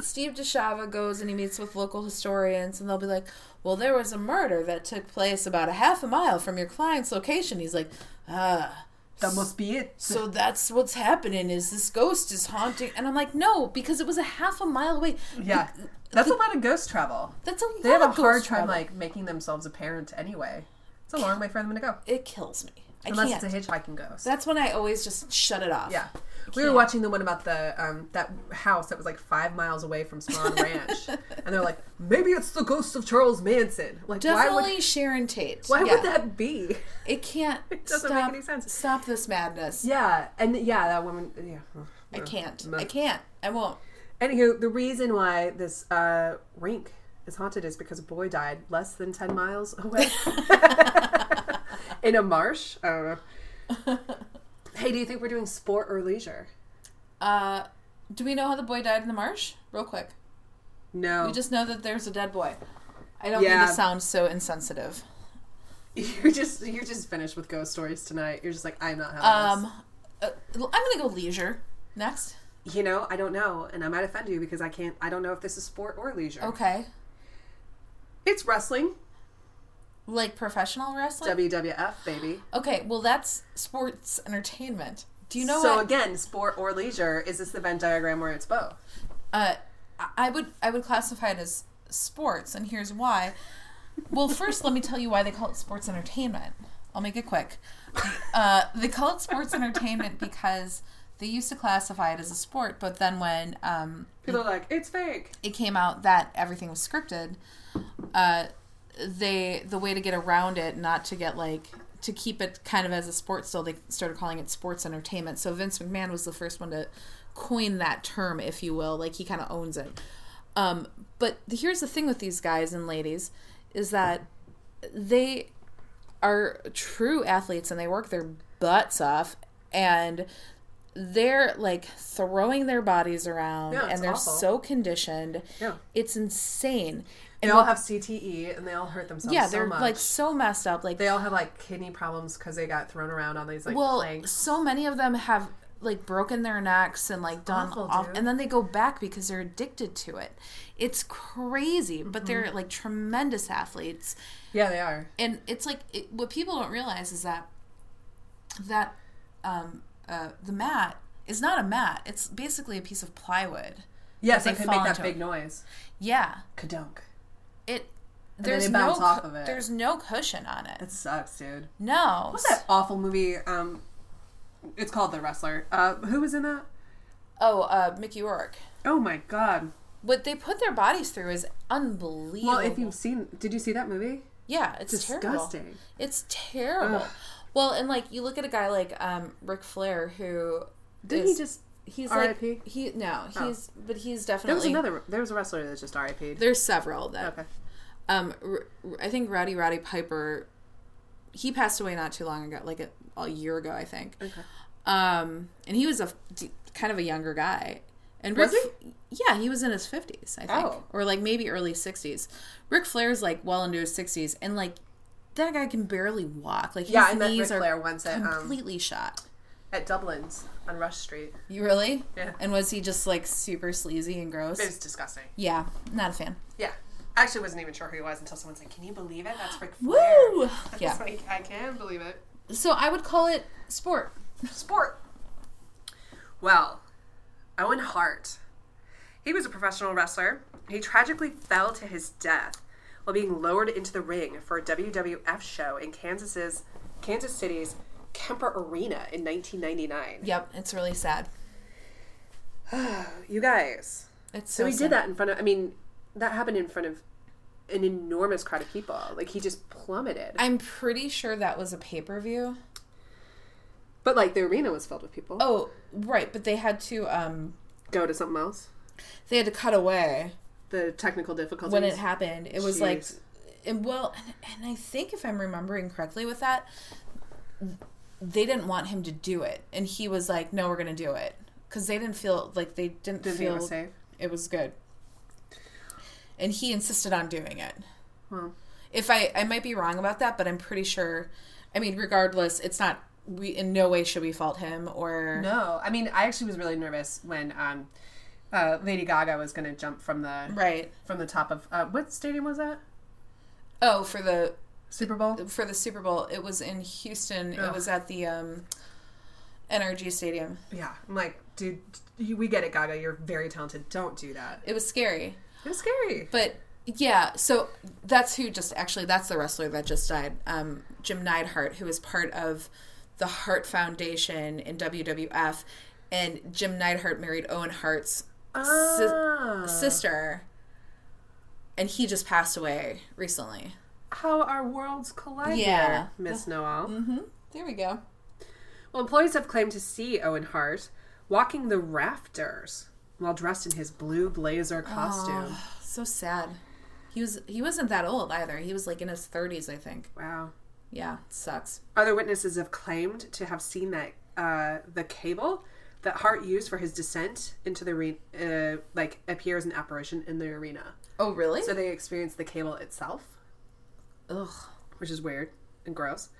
Speaker 3: Steve DeShava goes and he meets with local historians, and they'll be like, "Well, there was a murder that took place about a half a mile from your client's location." He's like, "Ah,
Speaker 2: That must be it.
Speaker 3: so that's what's happening is this ghost is haunting?" And I'm like, "No, because it was a half a mile away.
Speaker 2: Yeah, that's a lot of ghost travel.
Speaker 3: That's a lot
Speaker 2: They have a
Speaker 3: of
Speaker 2: hard
Speaker 3: ghost
Speaker 2: time
Speaker 3: travel.
Speaker 2: like making themselves apparent anyway. It's a long way for them to go,
Speaker 3: It kills me. I
Speaker 2: unless
Speaker 3: can't.
Speaker 2: it's a hitchhiking ghost.
Speaker 3: that's when I always just shut it off.
Speaker 2: yeah, we were watching the one about the um, that house that was like five miles away from Swan Ranch, and they're like, maybe it's the ghost of Charles Manson. Like, why
Speaker 3: Definitely
Speaker 2: would
Speaker 3: Sharon Tate.
Speaker 2: why
Speaker 3: Yeah.
Speaker 2: would that be?
Speaker 3: It can't.
Speaker 2: doesn't make
Speaker 3: stop,
Speaker 2: any sense.
Speaker 3: Stop this madness.
Speaker 2: Yeah, and yeah, that woman. Yeah.
Speaker 3: I can't. I can't. I won't.
Speaker 2: Anywho, the reason why this uh, rink is haunted is because a boy died less than 10 miles away in a marsh. I don't know. Hey, do you think we're doing sport or leisure?
Speaker 3: Uh, do we know how the boy died in the marsh? Real quick.
Speaker 2: No.
Speaker 3: We just know that there's a dead boy. I don't
Speaker 2: Oh. Yeah.
Speaker 3: mean to sound so insensitive.
Speaker 2: you're just you're just finished with ghost stories tonight. You're just like I'm not having
Speaker 3: Um, uh, I'm gonna go leisure next.
Speaker 2: this. You know, I don't know, and I might offend you because I can't. I don't know if this is sport or leisure.
Speaker 3: Okay,
Speaker 2: It's wrestling,
Speaker 3: like professional wrestling.
Speaker 2: WWF baby.
Speaker 3: okay, well that's sports entertainment. Do you know
Speaker 2: so
Speaker 3: what?
Speaker 2: again, sport or leisure is this the Venn diagram where it's both?
Speaker 3: Uh, I- I would I would classify it as sports, and here's why. Well, first, let me tell you why they call it sports entertainment. I'll make it quick. Uh, they call it sports entertainment because they used to classify it as a sport, but then when um,
Speaker 2: People are like it's fake.
Speaker 3: it came out that everything was scripted, uh, they the way to get around it, not to get like to keep it kind of as a sport still, they started calling it sports entertainment. So Vince McMahon was the first one to coin that term, if you will. Like he kind of owns it. Um, but here's the thing with these guys and ladies is that they are true athletes and they work their butts off and they're like throwing their bodies around
Speaker 2: Yeah, it's
Speaker 3: and they're
Speaker 2: awful.
Speaker 3: so conditioned.
Speaker 2: Yeah.
Speaker 3: It's insane.
Speaker 2: They
Speaker 3: And
Speaker 2: all
Speaker 3: what-
Speaker 2: have CTE and they all hurt themselves
Speaker 3: yeah,
Speaker 2: so
Speaker 3: they're
Speaker 2: much.
Speaker 3: like so messed up. Like
Speaker 2: they all have like kidney problems because they got thrown around on these like
Speaker 3: well,
Speaker 2: planks.
Speaker 3: so many of them have like broken their necks and like done
Speaker 2: awful,
Speaker 3: off,
Speaker 2: dude.
Speaker 3: and then they go back because they're addicted to it. It's crazy,
Speaker 2: Mm-hmm.
Speaker 3: but they're like tremendous athletes.
Speaker 2: Yeah, they are.
Speaker 3: and it's like it, what people don't realize is that that um, uh, the mat is not a mat. It's basically a piece of plywood.
Speaker 2: Yes,
Speaker 3: they
Speaker 2: they can
Speaker 3: fall
Speaker 2: make that
Speaker 3: into
Speaker 2: big
Speaker 3: it.
Speaker 2: noise.
Speaker 3: Yeah,
Speaker 2: Kadunk.
Speaker 3: it.
Speaker 2: then
Speaker 3: There's
Speaker 2: they
Speaker 3: no
Speaker 2: bounce
Speaker 3: cu-
Speaker 2: off of it.
Speaker 3: there's no cushion on it.
Speaker 2: It sucks, dude.
Speaker 3: No.
Speaker 2: What's that awful movie? Um, it's called The Wrestler. Uh, who was in that?
Speaker 3: Oh, uh, Mickey Rourke.
Speaker 2: Oh my god.
Speaker 3: What they put their bodies through is unbelievable.
Speaker 2: Well, if you've seen, did you see that movie?
Speaker 3: yeah, it's terrible.
Speaker 2: Disgusting.
Speaker 3: It's terrible. Well, and like you look at a guy like um, Ric Flair who
Speaker 2: Didn't
Speaker 3: is-
Speaker 2: he just?
Speaker 3: he's
Speaker 2: R.I.P.?
Speaker 3: like he no he's but he's definitely
Speaker 2: Oh. There was another. There was a wrestler that's just RIP'd.
Speaker 3: There's several that
Speaker 2: Okay.
Speaker 3: um R- R- I think Rowdy Roddy Piper he passed away not too long ago, like a, a year ago, I think. Okay. Um, and he was a f- d- kind of a younger guy. And
Speaker 2: Was
Speaker 3: Ric- Yeah, he was in his fifties, I think,
Speaker 2: Oh.
Speaker 3: or like maybe early sixties. Ric Flair's like well into his sixties, and like that guy can barely walk. Like his
Speaker 2: Yeah, I met Ric
Speaker 3: knees
Speaker 2: Flair
Speaker 3: are
Speaker 2: once at um,
Speaker 3: completely shot.
Speaker 2: at Dublin's on Rush Street.
Speaker 3: You really?
Speaker 2: Yeah.
Speaker 3: And was he just like super sleazy and
Speaker 2: It
Speaker 3: gross?
Speaker 2: was disgusting.
Speaker 3: Yeah, not a fan.
Speaker 2: Yeah, I actually wasn't even sure who he was until someone said, "Can you believe it? That's Ric Flair."
Speaker 3: Woo!
Speaker 2: I was
Speaker 3: Yeah.
Speaker 2: like, I can believe it.
Speaker 3: So I would call it sport.
Speaker 2: Sport. Well, Owen Hart. He was a professional wrestler. He tragically fell to his death while being lowered into the ring for a WWF show in Kansas's Kansas City's Kemper Arena in 1999.
Speaker 3: Yep, it's really sad.
Speaker 2: You guys,
Speaker 3: It's so,
Speaker 2: so he
Speaker 3: sad.
Speaker 2: did that in front of. I mean, that happened in front of an enormous crowd of people. Like he just plummeted.
Speaker 3: I'm pretty sure that was a pay per view.
Speaker 2: But like the arena was filled with people.
Speaker 3: Oh, right, but they had to um
Speaker 2: Go to something else.
Speaker 3: they had to cut away
Speaker 2: The technical difficulties.
Speaker 3: when it happened. It was like
Speaker 2: Jeez.
Speaker 3: and well and I think if I'm remembering correctly with that they didn't want him to do it and he was like no we're going to do it cuz they didn't feel like they didn't
Speaker 2: Didn't feel
Speaker 3: feel
Speaker 2: safe.
Speaker 3: it was good. And he insisted on doing it.
Speaker 2: Well,
Speaker 3: if I I might be wrong about that, but I'm pretty sure. I mean, regardless, it's not. We in no way should we fault him or
Speaker 2: no, I mean, I actually was really nervous when um, uh, Lady Gaga was going to jump from the
Speaker 3: right.
Speaker 2: from the top of uh, what stadium was that?
Speaker 3: Oh, for the
Speaker 2: Super Bowl.
Speaker 3: for the Super Bowl, it was in Houston. It
Speaker 2: Ugh.
Speaker 3: was at the um, NRG Stadium.
Speaker 2: Yeah, I'm like, dude, you- we get it, Gaga. You're very talented. Don't do that.
Speaker 3: It was scary,
Speaker 2: It was scary.
Speaker 3: but yeah. So that's who just actually that's the wrestler that just died, um, Jim Neidhart, who is part of the Hart Foundation in WWF, and Jim Neidhart married Owen Hart's sis-
Speaker 2: Ah.
Speaker 3: sister and he just passed away recently
Speaker 2: how our worlds collide.
Speaker 3: Yeah.
Speaker 2: there, Miss Noel.
Speaker 3: there we go
Speaker 2: Well, employees have claimed to see Owen Hart walking the rafters while dressed in his blue blazer costume.
Speaker 3: so sad he was he wasn't that old either he was like in his 30s i think
Speaker 2: Wow.
Speaker 3: yeah sucks
Speaker 2: Other witnesses have claimed to have seen that uh, the cable that Hart used for his descent into the re- uh, like appears an apparition in the arena.
Speaker 3: oh really
Speaker 2: So they experienced the cable itself,
Speaker 3: ugh
Speaker 2: which is weird and gross.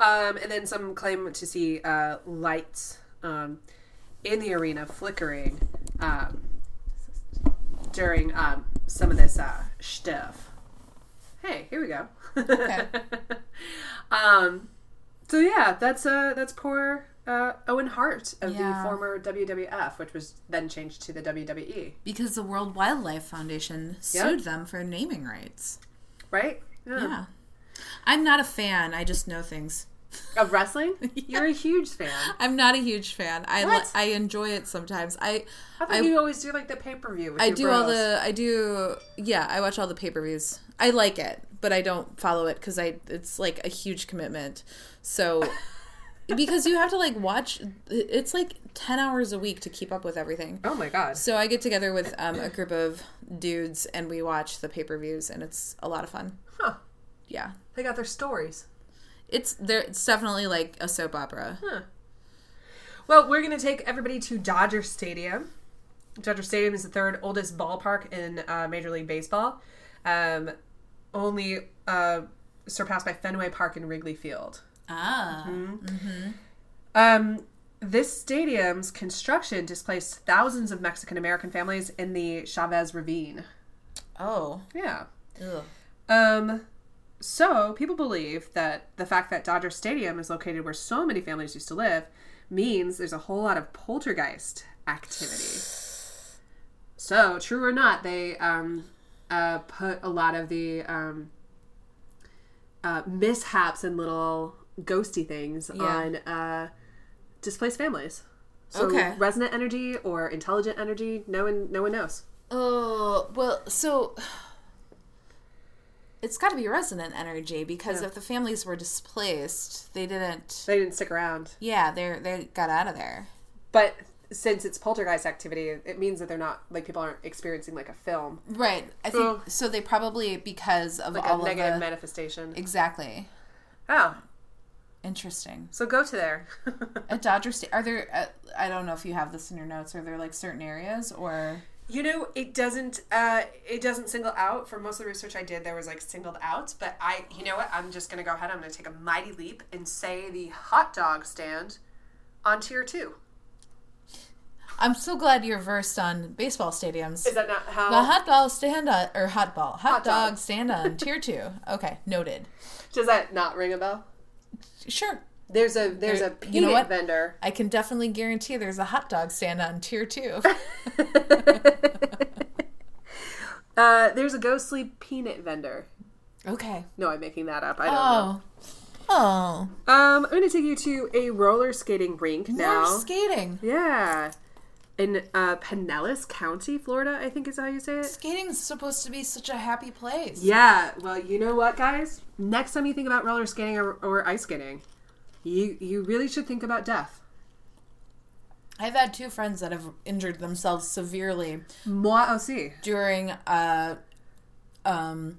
Speaker 2: Um, and then some claim to see uh, lights um, in the arena flickering um, during um, some of this uh, stuff. Hey, here we go.
Speaker 3: okay
Speaker 2: Um, so yeah, that's uh, that's poor uh, Owen Hart of
Speaker 3: Yeah.
Speaker 2: the former WWF, which was then changed to the E, WWE,
Speaker 3: because the world wildlife foundation sued them for naming rights
Speaker 2: right?
Speaker 3: yeah i'm not a fan i just know things
Speaker 2: Of wrestling, you're a huge fan.
Speaker 3: i'm not a huge fan i li-
Speaker 2: What?
Speaker 3: i enjoy it sometimes i
Speaker 2: How about you always do like the pay per view?
Speaker 3: I do all the I do yeah I watch all the pay per views. I like it, but I don't follow it because I it's like a huge commitment. So because you have to like watch, it's like ten hours a week to keep up with everything.
Speaker 2: Oh my god!
Speaker 3: So I get together with um, a group of dudes and we watch the pay per views and it's a lot of fun.
Speaker 2: Huh?
Speaker 3: Yeah,
Speaker 2: They got their stories.
Speaker 3: it's there. It's definitely like a soap opera.
Speaker 2: Well, we're gonna take everybody to Dodger Stadium. Dodger Stadium is the third oldest ballpark in uh, Major League Baseball, um, only uh, surpassed by Fenway Park and Wrigley Field.
Speaker 3: Ah,
Speaker 2: Um, this stadium's construction displaced thousands of Mexican American families in the Chavez Ravine.
Speaker 3: oh,
Speaker 2: Yeah.
Speaker 3: Ugh.
Speaker 2: Um, so people believe that the fact that Dodger Stadium is located where so many families used to live means there's a whole lot of poltergeist activity. So true or not, they um, uh, put a lot of the um, uh, mishaps and little ghosty things on uh, displaced families. So
Speaker 3: Okay.
Speaker 2: resonant energy or intelligent energy, no one, no one knows.
Speaker 3: Oh, well, so it's got to be resonant energy because if the families were displaced, they didn't.
Speaker 2: They didn't stick around.
Speaker 3: Yeah, they are they got out of there.
Speaker 2: but since it's poltergeist activity it means that they're not like people aren't experiencing like a film
Speaker 3: Right. I think
Speaker 2: Oh.
Speaker 3: so they probably because of
Speaker 2: like
Speaker 3: all
Speaker 2: a
Speaker 3: of
Speaker 2: negative
Speaker 3: the
Speaker 2: manifestation
Speaker 3: Exactly.
Speaker 2: oh
Speaker 3: Interesting.
Speaker 2: so go to there
Speaker 3: At Dodger State, are there? Uh, I don't know if you have this in your notes. Are there like certain areas or
Speaker 2: You know, it doesn't. Uh, it doesn't single out. For most of the research I did, there was like singled out. But I, you know what? I'm just gonna go ahead. I'm gonna take a mighty leap and say the hot dog stand on tier two.
Speaker 3: I'm so glad you're versed on baseball stadiums.
Speaker 2: Is that not how?
Speaker 3: the hot ball stand on, or hot ball, hot,
Speaker 2: Hot
Speaker 3: dog.
Speaker 2: dog.
Speaker 3: stand on tier two. Okay, noted.
Speaker 2: Does that not ring a bell?
Speaker 3: Sure,
Speaker 2: There's a there's a
Speaker 3: There-
Speaker 2: peanut
Speaker 3: you know what?
Speaker 2: vendor.
Speaker 3: I can definitely guarantee there's a hot dog stand on tier two.
Speaker 2: Uh, there's a ghostly peanut vendor.
Speaker 3: okay.
Speaker 2: No, I'm making that up. I don't know.
Speaker 3: Oh, oh,
Speaker 2: Um, I'm gonna take you to a roller skating rink now.
Speaker 3: Roller skating.
Speaker 2: yeah, in uh, Pinellas County, Florida. I think is how you say it.
Speaker 3: Skating's supposed to be such a happy place.
Speaker 2: Yeah. Well, you know what, guys? Next time you think about roller skating or, or ice skating, you you really should think about death.
Speaker 3: I've had two friends that have injured themselves severely
Speaker 2: Moi aussi.
Speaker 3: during uh, um,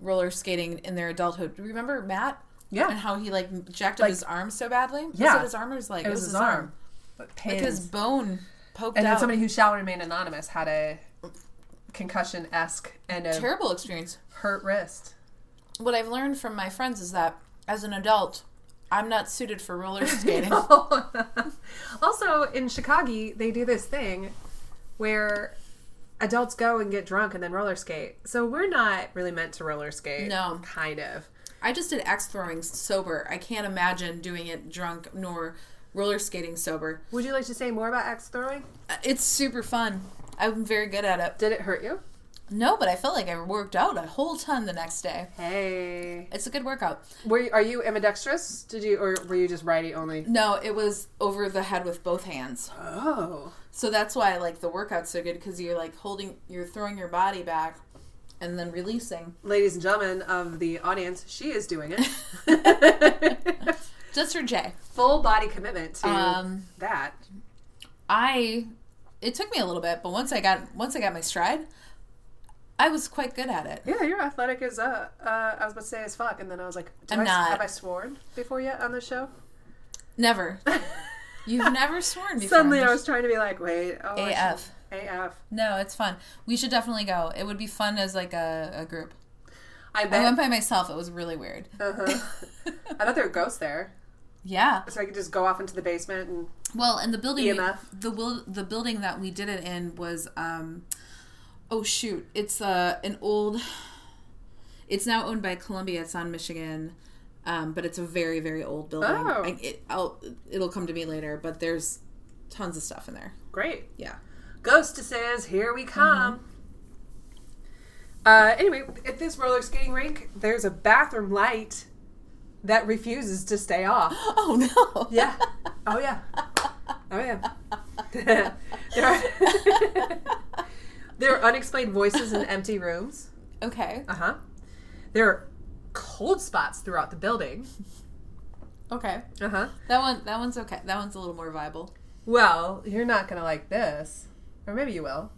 Speaker 3: roller skating in their adulthood. Remember Matt? And
Speaker 2: Yeah.
Speaker 3: how he like jacked up his arm so badly? Was
Speaker 2: Yeah.
Speaker 3: it his arm or his leg?
Speaker 2: It was his arm. But
Speaker 3: Like his bone poked
Speaker 2: and then
Speaker 3: out.
Speaker 2: somebody who shall remain anonymous had a concussion esque and a
Speaker 3: Terrible experience.
Speaker 2: hurt wrist.
Speaker 3: What I've learned from my friends is that as an adult, I'm not suited for roller skating.
Speaker 2: also, in Chicago, they do this thing where adults go and get drunk and then roller skate. So we're not really meant to roller skate.
Speaker 3: No.
Speaker 2: Kind of.
Speaker 3: I just did axe throwing sober. I can't imagine doing it drunk nor roller skating sober.
Speaker 2: Would you like to say more about axe throwing?
Speaker 3: Uh, It's super fun. I'm very good at it.
Speaker 2: Did it hurt you?
Speaker 3: No, but I felt like I worked out a whole ton the next day.
Speaker 2: Hey.
Speaker 3: It's a good workout.
Speaker 2: Were you, are you ambidextrous? Did you or were you just righty only?
Speaker 3: No, it was over the head with both hands.
Speaker 2: Oh.
Speaker 3: So that's why I like the workout so good because you're like holding, you're throwing your body back and then releasing.
Speaker 2: Ladies and gentlemen of the audience, she is doing it.
Speaker 3: Just for Jay.
Speaker 2: Full body commitment to
Speaker 3: Um,
Speaker 2: that.
Speaker 3: I, it took me a little bit, but once I got, once I got my stride, I was quite good at it.
Speaker 2: Yeah, you're athletic as uh, uh I was about to say as fuck, and then I was like, do
Speaker 3: I'm
Speaker 2: I s-
Speaker 3: not.
Speaker 2: Have I sworn before yet on the show?
Speaker 3: Never. You've never sworn before.
Speaker 2: Suddenly,
Speaker 3: Mich-
Speaker 2: I was trying to be like, wait, oh, I
Speaker 3: AF.
Speaker 2: should- AF.
Speaker 3: No, it's fun. We should definitely go. It would be fun as like a, a group.
Speaker 2: I
Speaker 3: I went
Speaker 2: bet.
Speaker 3: by myself. It was really weird.
Speaker 2: Uh-huh. I bet there are ghosts there,
Speaker 3: yeah.
Speaker 2: so I could just go off into the basement and
Speaker 3: Well, and the building
Speaker 2: EMF.
Speaker 3: the wil- the building that we did it in was um oh shoot, it's uh an old it's now owned by Columbia. It's on Michigan. Um, but it's a very very old building.
Speaker 2: Oh.
Speaker 3: I, it, I'll, it'll come to me later, but there's tons of stuff in there.
Speaker 2: great.
Speaker 3: Yeah.
Speaker 2: Ghostesses, here
Speaker 3: Mm-hmm.
Speaker 2: we come. Uh, anyway, at this roller skating rink, there's a bathroom light that refuses to stay off.
Speaker 3: Oh no.
Speaker 2: Yeah. Oh yeah. Oh yeah. there, are there are unexplained voices in empty rooms.
Speaker 3: okay.
Speaker 2: Uh huh. There are cold spots throughout the building.
Speaker 3: Okay.
Speaker 2: Uh huh.
Speaker 3: That one that one's okay. That one's a little more viable.
Speaker 2: Well, you're not gonna like this, or maybe you will.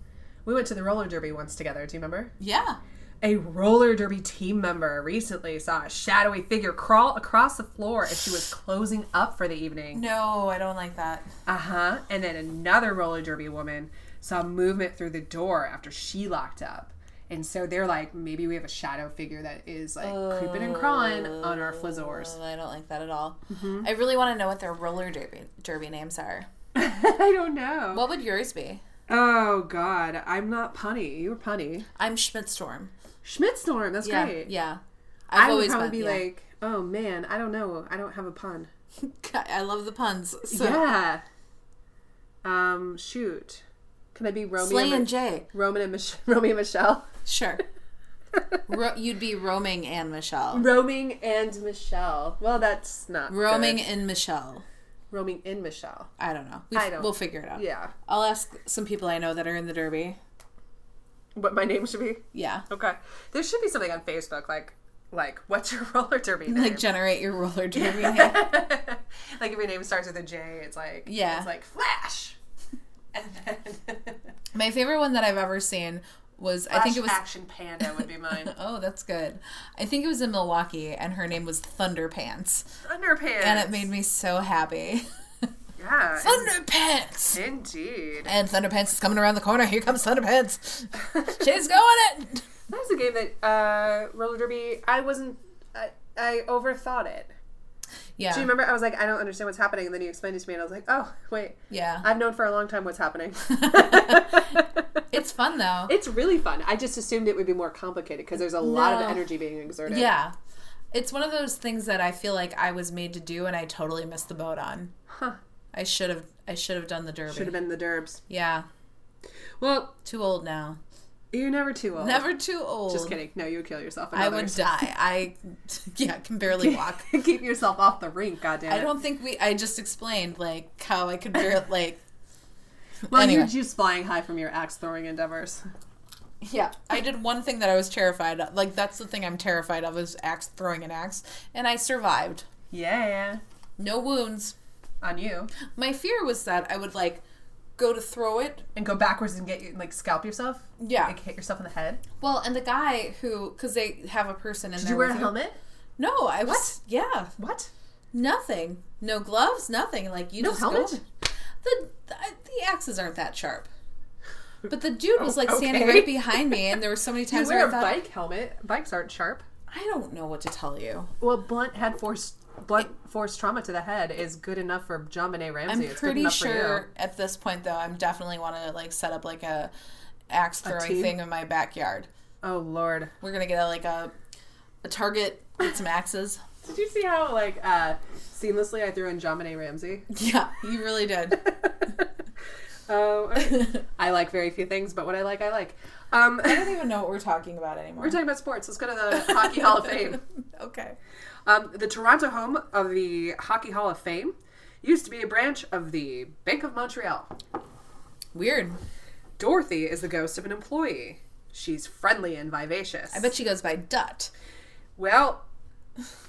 Speaker 2: We went to the roller derby once together. Do you remember?
Speaker 3: Yeah.
Speaker 2: A roller derby team member recently saw a shadowy figure crawl across the floor as she was closing up for the evening.
Speaker 3: No, I don't like that.
Speaker 2: Uh huh. And then another roller derby woman saw movement through the door after she locked up. And so they're like, maybe we have a shadow figure that is like creeping and crawling on our flizzors.
Speaker 3: Oh, I don't like that at all.
Speaker 2: Mm-hmm.
Speaker 3: I really want to know what their roller derby derby names are.
Speaker 2: I don't know.
Speaker 3: What would yours be?
Speaker 2: oh, God. I'm not punny. You were punny.
Speaker 3: I'm Schmidtstorm.
Speaker 2: Schmidtstorm. That's
Speaker 3: Yeah,
Speaker 2: great.
Speaker 3: yeah. I've
Speaker 2: I would probably
Speaker 3: been-
Speaker 2: be
Speaker 3: yeah.
Speaker 2: like, oh, man, I don't know. I don't have a pun.
Speaker 3: God, I love the puns. So
Speaker 2: yeah. Um, shoot. Can I be Romeo,
Speaker 3: Slay and
Speaker 2: and,
Speaker 3: Jay,
Speaker 2: Roman and Mich- Romeo and Michelle?
Speaker 3: sure. Ro- you'd be roaming and Michelle,
Speaker 2: Roaming and Michelle. Well, that's not
Speaker 3: roaming
Speaker 2: good.
Speaker 3: and Michelle.
Speaker 2: Roaming in Michelle.
Speaker 3: I don't know. We,
Speaker 2: I don't-
Speaker 3: We'll figure it out.
Speaker 2: Yeah,
Speaker 3: I'll ask some people I know that are in the derby.
Speaker 2: what my name should be.
Speaker 3: Yeah,
Speaker 2: Okay, there should be something on Facebook like like what's your roller derby name?
Speaker 3: like generate your roller derby. name.
Speaker 2: like if your name starts with a J, it's like
Speaker 3: Yeah.
Speaker 2: it's like Flash. And then
Speaker 3: My favorite one that I've ever seen was I think it was
Speaker 2: Action Panda would be mine.
Speaker 3: Oh, that's good. I think it was in Milwaukee, and her name was Thunderpants,
Speaker 2: Underpants.
Speaker 3: and it made me so happy.
Speaker 2: Yeah.
Speaker 3: Thunderpants!
Speaker 2: Indeed.
Speaker 3: And Thunderpants is coming around the corner. Here comes Thunderpants. She's going it.
Speaker 2: That was a game that uh, roller derby. I wasn't. I, I overthought it.
Speaker 3: Yeah.
Speaker 2: Do you remember? I was like, I don't understand what's happening, and then you explained it to me, and I was like, Oh, wait.
Speaker 3: Yeah.
Speaker 2: I've known for a long time what's happening.
Speaker 3: it's fun though.
Speaker 2: it's really fun. I just assumed it would be more complicated because there's a lot of
Speaker 3: No.
Speaker 2: energy being exerted.
Speaker 3: yeah. It's one of those things that I feel like I was made to do and I totally missed the boat on.
Speaker 2: Huh.
Speaker 3: I should have I should have done the derby.
Speaker 2: Should have been the derbs.
Speaker 3: Yeah.
Speaker 2: Well,
Speaker 3: Too old now.
Speaker 2: you're never too old.
Speaker 3: Never too old.
Speaker 2: Just kidding. No, you would kill yourself. and
Speaker 3: I would
Speaker 2: others.
Speaker 3: die. I yeah, can barely walk.
Speaker 2: Keep yourself off the rink, goddamn.
Speaker 3: I don't think we I just explained like how I could barely like
Speaker 2: Well,
Speaker 3: anyway.
Speaker 2: you're just flying high from your axe throwing endeavors.
Speaker 3: Yeah, I did one thing that I was terrified of. Like that's the thing I'm terrified of is axe throwing an axe, and I survived.
Speaker 2: Yeah.
Speaker 3: No wounds.
Speaker 2: On you.
Speaker 3: My fear was that I would like go to throw it.
Speaker 2: And go backwards and get you, like, scalp yourself?
Speaker 3: Yeah.
Speaker 2: Like, hit yourself in the head?
Speaker 3: Well, and the guy who cuz they have a person in
Speaker 2: Did
Speaker 3: there
Speaker 2: you wear a
Speaker 3: with
Speaker 2: helmet?
Speaker 3: No, I was yeah,
Speaker 2: What?
Speaker 3: nothing. No gloves, nothing. Like you
Speaker 2: No
Speaker 3: just
Speaker 2: helmet?
Speaker 3: go. The, the the axes aren't that sharp. But the dude was like standing
Speaker 2: okay.
Speaker 3: right behind me and there were so many
Speaker 2: You
Speaker 3: times
Speaker 2: wear
Speaker 3: where
Speaker 2: a
Speaker 3: I thought
Speaker 2: bike helmet. Bikes aren't sharp.
Speaker 3: I don't know what to tell you.
Speaker 2: Well, blunt head force, blunt force trauma to the head is good enough for John Benet
Speaker 3: I'm
Speaker 2: Ramsey. it's good
Speaker 3: pretty
Speaker 2: enough for
Speaker 3: sure at this point though, I'm definitely want to like set up like a axe throwing
Speaker 2: team?
Speaker 3: thing in my backyard.
Speaker 2: you. Oh Lord!
Speaker 3: We're gonna get a, like a a target with some axes.
Speaker 2: Did you see how like uh seamlessly I threw in John Benet Ramsey?
Speaker 3: yeah, you really did.
Speaker 2: Oh,
Speaker 3: I
Speaker 2: I like very few things, but what I like, I like. Um,
Speaker 3: don't even know what we're talking about anymore.
Speaker 2: we're talking about sports. Let's go to the Hockey Hall of Fame.
Speaker 3: okay.
Speaker 2: Um, the Toronto home of the Hockey Hall of Fame used to be a branch of the Bank of Montreal.
Speaker 3: Weird.
Speaker 2: Dorothy is the ghost of an employee. She's friendly and vivacious.
Speaker 3: I bet she goes by Dut.
Speaker 2: Well,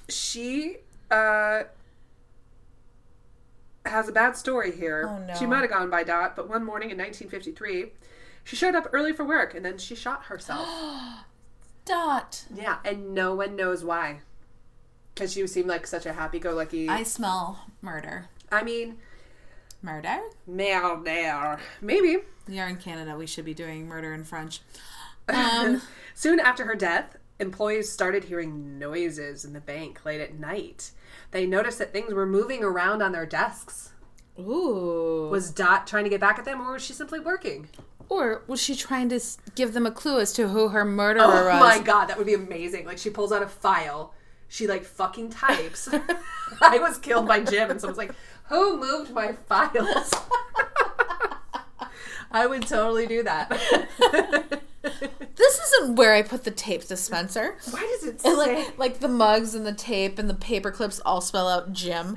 Speaker 2: she uh, has a bad story here.
Speaker 3: Oh, no.
Speaker 2: She might have gone by Dot, but one morning in 1953, she showed up early for work and then she shot herself.
Speaker 3: Dot.
Speaker 2: yeah, and no one knows why. Because she seemed like such a happy go lucky. I,
Speaker 3: I smell murder.
Speaker 2: mean,
Speaker 3: Murder?
Speaker 2: now, now. Maybe.
Speaker 3: We are in Canada. We should be doing murder in French. Um,
Speaker 2: Soon after her death, employees started hearing noises in the bank late at night. They noticed that things were moving around on their desks.
Speaker 3: ooh.
Speaker 2: Was Dot trying to get back at them, or was she simply working?
Speaker 3: or was she trying to s- give them a clue as to who her uh, murderer
Speaker 2: Oh
Speaker 3: was?
Speaker 2: my god, that would be amazing! Like she pulls out a file, she like fucking types. I was killed by Jim, and someone's like, "Who moved my files?" I would totally do that.
Speaker 3: This isn't where I put the tape dispenser.
Speaker 2: Why does it
Speaker 3: And,
Speaker 2: say?
Speaker 3: like like the mugs and the tape and the paper clips all spell out Jim.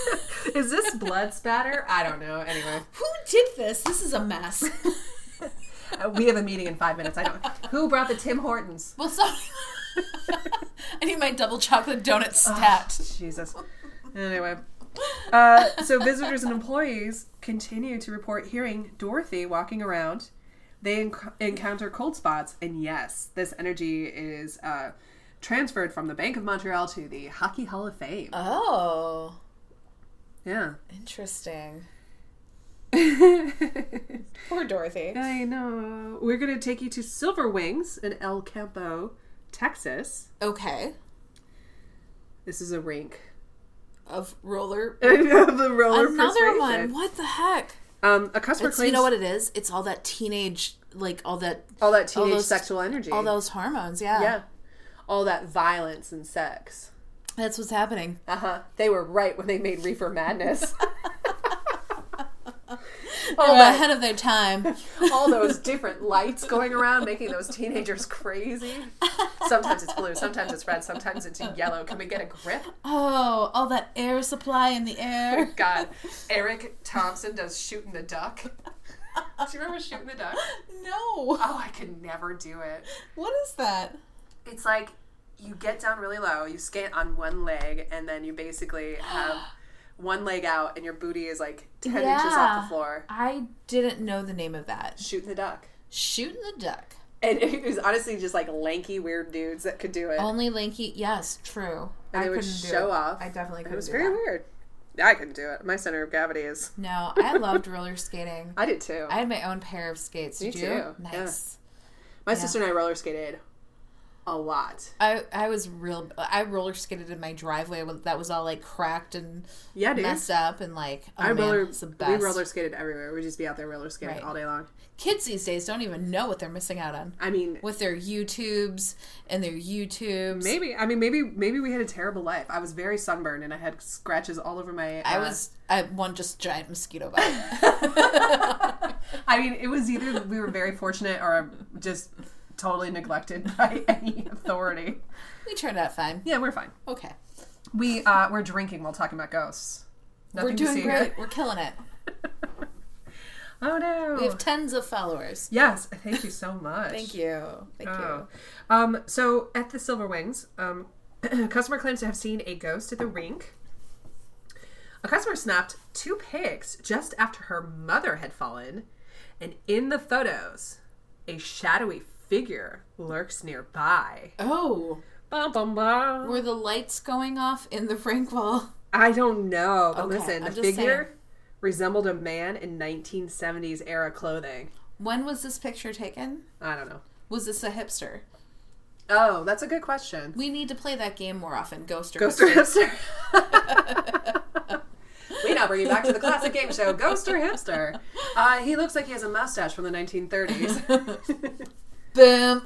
Speaker 2: Is this blood spatter? I don't know. Anyway,
Speaker 3: Who did this? This is a mess.
Speaker 2: Uh, we have a meeting in five minutes. I don't. Who brought the Tim Hortons?
Speaker 3: well, so I need my double chocolate donut stat.
Speaker 2: Jesus. Anyway. Uh, so visitors and employees continue to report hearing Dorothy walking around. They enc- encounter cold spots, and yes, this energy is uh, transferred from the Bank of Montreal to the Hockey Hall of Fame.
Speaker 3: Oh,
Speaker 2: Yeah.
Speaker 3: interesting.
Speaker 2: I
Speaker 3: Poor Dorothy.
Speaker 2: know. We're going to take you to Silver Wings in El Campo, Texas.
Speaker 3: Okay.
Speaker 2: This is a rink.
Speaker 3: Of roller.
Speaker 2: the roller
Speaker 3: Another
Speaker 2: persuasion.
Speaker 3: one. What the heck?
Speaker 2: Um, a customer
Speaker 3: It's,
Speaker 2: claims
Speaker 3: you know what it is? It's all that teenage, like all that,
Speaker 2: all that
Speaker 3: all
Speaker 2: teenage
Speaker 3: those-
Speaker 2: sexual energy.
Speaker 3: all those hormones. Yeah.
Speaker 2: Yeah. All that violence and sex.
Speaker 3: That's what's happening.
Speaker 2: Uh huh. They were right when they made Reefer Madness. all,
Speaker 3: They're
Speaker 2: that,
Speaker 3: ahead of their time.
Speaker 2: all those different lights going around, making those teenagers crazy. Sometimes it's blue, sometimes it's red, sometimes it's yellow. Can we get a grip?
Speaker 3: Oh, all that air supply in the air.
Speaker 2: God, Eric Thompson does shooting the duck. Do you remember shooting the duck?
Speaker 3: No.
Speaker 2: Oh, I could never do it.
Speaker 3: What is that?
Speaker 2: It's like you get down really low, you skate on one leg, and then you basically have one leg out, and your booty is like 10 inches off
Speaker 3: Yeah.
Speaker 2: the floor.
Speaker 3: I didn't know the name of that.
Speaker 2: Shooting the duck.
Speaker 3: Shooting the duck.
Speaker 2: And it was honestly just like lanky, weird dudes
Speaker 3: Oh,
Speaker 2: that could do it.
Speaker 3: Only lanky. Yes, true.
Speaker 2: and they would
Speaker 3: couldn't do
Speaker 2: show
Speaker 3: it.
Speaker 2: off.
Speaker 3: I
Speaker 2: And
Speaker 3: definitely couldn't.
Speaker 2: It was
Speaker 3: do
Speaker 2: very
Speaker 3: that.
Speaker 2: weird. I couldn't do it. My center of gravity is.
Speaker 3: No, I loved roller skating.
Speaker 2: I did too.
Speaker 3: I had my own pair of skates.
Speaker 2: Me
Speaker 3: Did you?
Speaker 2: too,
Speaker 3: Nice.
Speaker 2: my sister and I roller skated a lot.
Speaker 3: I I was real. I roller skated in my driveway with- that was all like cracked and
Speaker 2: Yeah, dude.
Speaker 3: messed up and like. Oh
Speaker 2: I
Speaker 3: man,
Speaker 2: roller.
Speaker 3: it's the
Speaker 2: We
Speaker 3: best.
Speaker 2: roller skated everywhere. We'd just be out there roller skating
Speaker 3: Right.
Speaker 2: all day long.
Speaker 3: Kids these days don't even know what they're missing out on
Speaker 2: I mean,
Speaker 3: with their YouTubes and their YouTubes.
Speaker 2: maybe. I mean, maybe. Maybe we had a terrible life. I was very sunburned and I had scratches all over my.
Speaker 3: I
Speaker 2: uh,
Speaker 3: was I one just giant mosquito bite.
Speaker 2: I mean, it was either we were very fortunate or just totally neglected by any authority.
Speaker 3: we turned out fine.
Speaker 2: Yeah, we're fine.
Speaker 3: Okay,
Speaker 2: We uh, we're drinking while talking about ghosts. Nothing
Speaker 3: we're
Speaker 2: to see
Speaker 3: doing
Speaker 2: here.
Speaker 3: great. We're killing it.
Speaker 2: Oh no.
Speaker 3: We have tens of followers.
Speaker 2: Yes, thank you so much.
Speaker 3: Thank you. Thank you.
Speaker 2: Oh. Um, so at the Silver Wings, um, customer claims to have seen a ghost at the rink. A customer snapped two pics just after her mother had fallen, and in the photos, a shadowy figure lurks nearby.
Speaker 3: Oh,
Speaker 2: Bum, bum, bum.
Speaker 3: were the lights going off in the rink wall?
Speaker 2: I don't know, but
Speaker 3: Okay,
Speaker 2: listen, the
Speaker 3: I'm just
Speaker 2: figure resembled a man in 1970s era clothing.
Speaker 3: When was this picture taken?
Speaker 2: I don't know.
Speaker 3: Was this a hipster?
Speaker 2: Oh, that's a good question.
Speaker 3: We need to play that game more often. Ghost or
Speaker 2: Ghost
Speaker 3: hipster.
Speaker 2: or hipster? we now bring you back to the classic game show, Ghost or Hipster. Uh, he looks like he has a mustache from the 1930s.
Speaker 3: Boom,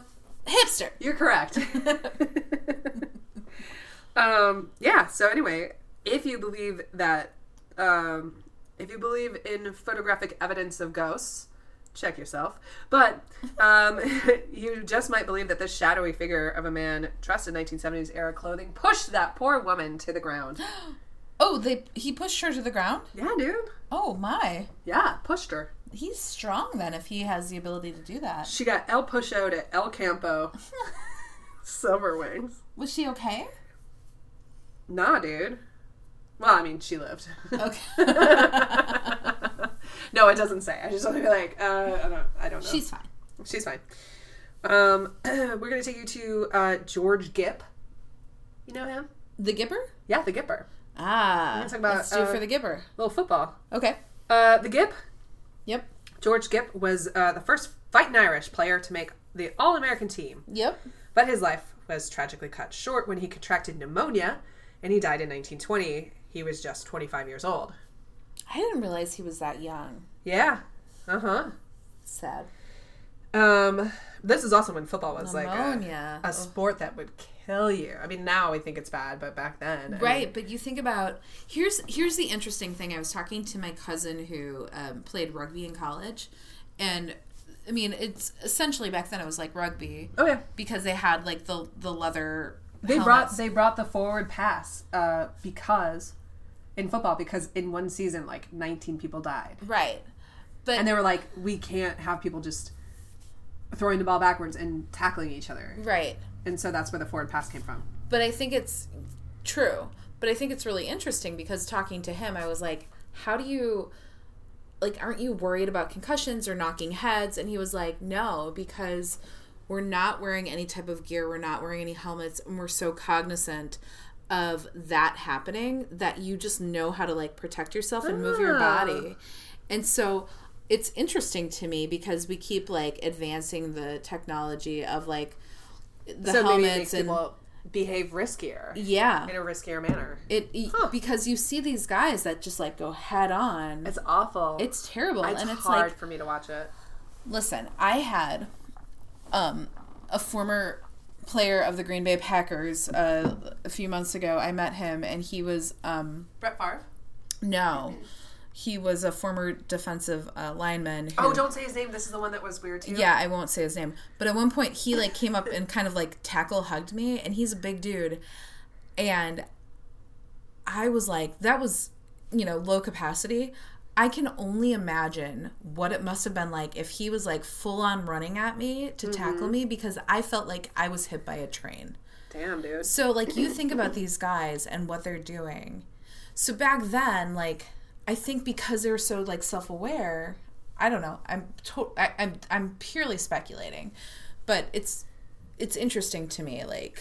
Speaker 3: hipster.
Speaker 2: You're correct. um, yeah. So anyway, if you believe that, um, if you believe in photographic evidence of ghosts, check yourself. But um, you just might believe that this shadowy figure of a man dressed in 1970s era clothing pushed that poor woman to the ground.
Speaker 3: Oh, they he pushed her to the ground.
Speaker 2: Yeah, dude.
Speaker 3: Oh my,
Speaker 2: Yeah, pushed her.
Speaker 3: he's strong then if he has the ability to do that.
Speaker 2: She got El Pusho to El Campo. Silver wings.
Speaker 3: Was she okay?
Speaker 2: Nah, dude. Well, I mean, she lived.
Speaker 3: Okay,
Speaker 2: no, it doesn't say. I just want to be like, uh, I don't, I don't know.
Speaker 3: she's fine.
Speaker 2: She's fine. Um, we're gonna take you to uh, George Gipp. You know him?
Speaker 3: The Gipper?
Speaker 2: Yeah, the Gipper.
Speaker 3: Ah,
Speaker 2: talk about,
Speaker 3: let's do
Speaker 2: uh,
Speaker 3: for the Gipper.
Speaker 2: Little football.
Speaker 3: Okay.
Speaker 2: Uh, the Gip,
Speaker 3: Yep.
Speaker 2: George Gipp, was uh, the first fighting Irish player to make the All-American team.
Speaker 3: Yep.
Speaker 2: But his life was tragically cut short when he contracted pneumonia and he died in 1920. He was just 25 years old.
Speaker 3: I didn't realize he was that young.
Speaker 2: Yeah. Uh huh.
Speaker 3: Sad.
Speaker 2: Um, this is also when football was like uh,
Speaker 3: Pneumonia.
Speaker 2: a, a sport that would kill you. I mean, now we think it's bad, but back then, I mean,
Speaker 3: Right, but you think about here's here's the interesting thing. I was talking to my cousin who um, played rugby in college, and I mean it's essentially back then it was like rugby
Speaker 2: oh yeah,
Speaker 3: because they had like the the leather.
Speaker 2: they
Speaker 3: helmets.
Speaker 2: brought they brought the forward pass uh, because in football because in one season like 19 people died,
Speaker 3: right, but
Speaker 2: and they were like, we can't have people just throwing the ball backwards and tackling each other,
Speaker 3: right,
Speaker 2: and so that's where the forward pass came from.
Speaker 3: but I think it's true. But I think it's really interesting because talking to him, I was like, "How do you, like, aren't you worried about concussions or knocking heads?" And he was like, "No, because we're not wearing any type of gear. We're not wearing any helmets, and we're so cognizant." of that happening that you just know how to like protect yourself and move your
Speaker 2: Ah.
Speaker 3: body. And so it's interesting to me because we keep like advancing the technology of like the
Speaker 2: so maybe it
Speaker 3: helmets
Speaker 2: makes
Speaker 3: and
Speaker 2: people behave riskier
Speaker 3: yeah.
Speaker 2: in a riskier manner.
Speaker 3: It y- because you see these guys that just like go head on. It's,
Speaker 2: It's awful.
Speaker 3: terrible,
Speaker 2: it's
Speaker 3: and it's
Speaker 2: hard
Speaker 3: like,
Speaker 2: for me to watch it.
Speaker 3: listen, I had um, a former player of the Green Bay Packers uh, a few months ago. I met him, and he was um,
Speaker 2: Brett Favre.
Speaker 3: no, he was a former defensive uh, lineman. Who,
Speaker 2: Oh, don't say his name. This is the one that was weird to you.
Speaker 3: Yeah, I won't say his name. But at one point, he like came up and kind of like tackle hugged me, and he's a big dude. And I was like, that was, you know, low capacity. I can only imagine what it must have been like if he was like full on running at me to
Speaker 2: Mm-hmm.
Speaker 3: tackle me because I felt like I was hit by a train.
Speaker 2: Damn, dude.
Speaker 3: So like you think about these guys and what they're doing. So back then, like I think because they were so like self-aware, I don't know. I'm to- I, I'm I'm purely speculating, but it's it's interesting to me like